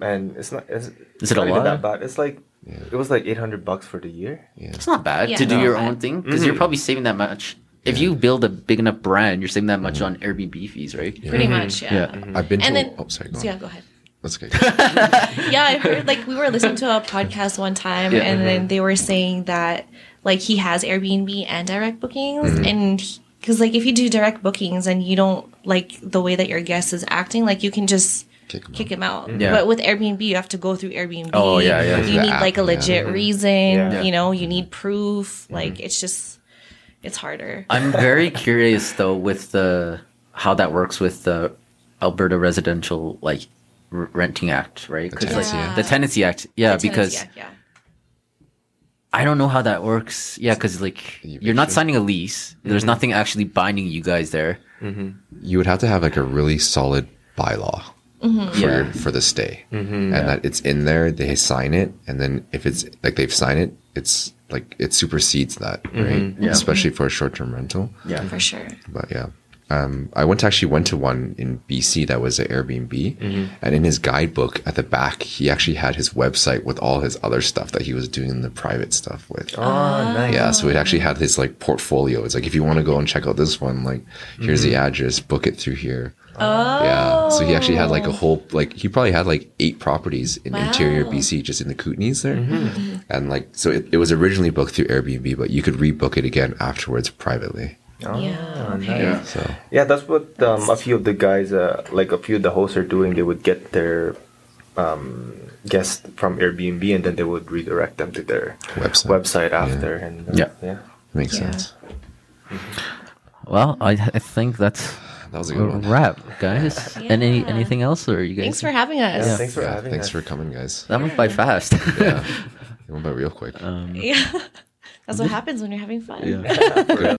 and it's not. It's, Is it not a lot? even That bad. It's like it was like eight hundred bucks for the year. It's not bad Yeah, to do not your bad. own thing because you're probably saving that much. If you build a big enough brand, you're saving that much Mm-hmm. on Airbnb fees, right? Pretty much, yeah. Yeah. I've been to. And then, oh, sorry. Go so on. yeah, go ahead. That's okay. Yeah, I heard like we were listening to a podcast one time, Yeah. and then they were saying that like he has Airbnb and direct bookings, and because like if you do direct bookings and you don't like the way that your guest is acting, like you can just Kick 'em kick him out. Yeah. But with Airbnb, you have to go through Airbnb. Oh, yeah, yeah. Mm-hmm. You The need app, like a yeah. legit reason. Yeah. You know, you need proof. Like it's just, it's harder. I'm very curious though with the how that works with the Alberta Residential like R- Renting Act, right? 'Cause, like, Tenancy Act. the Tenancy Act, yeah, Tenancy because Act, yeah. I don't know how that works. Yeah, because like You you're not picture? signing a lease. There's nothing actually binding you guys there. you would have to have like a really solid bylaw Mm-hmm. for Yeah. Mm-hmm. your, for the stay, and that it's in there. They sign it, and then if it's like they've signed it, it's like it supersedes that, right? Mm-hmm. Yeah. Especially for a short term rental. Yeah. for sure. But yeah, um, I went to actually went to one in BC that was an Airbnb, Mm-hmm. and in his guidebook at the back, he actually had his website with all his other stuff that he was doing the private stuff with. Oh, Ah, nice. Yeah, so it actually had his like portfolio. It's like if you want to go and check out this one, like here's the Mm-hmm. address, book it through here. Oh, Yeah. So he actually had like a whole like he probably had like eight properties in interior Wow. BC just in the Kootenays there. And like so it, it was originally booked through Airbnb, but you could rebook it again afterwards privately. Oh, Yeah. nice. Yeah. So Yeah, that's what um, a few of the guys, uh, like a few of the hosts, are doing. They would get their um, guests from Airbnb, and then they would redirect them to their Website. website after. And uh, Yeah. yeah, makes Yeah. sense. Well, I, I think that's That was a a good one. wrap, guys. And any Yeah. anything else, or you guys? Thanks for having us. Thanks for Yeah, having thanks us. for coming guys. that went by fast. It went by real quick. Yeah. That's what happens when you're having fun. Yeah.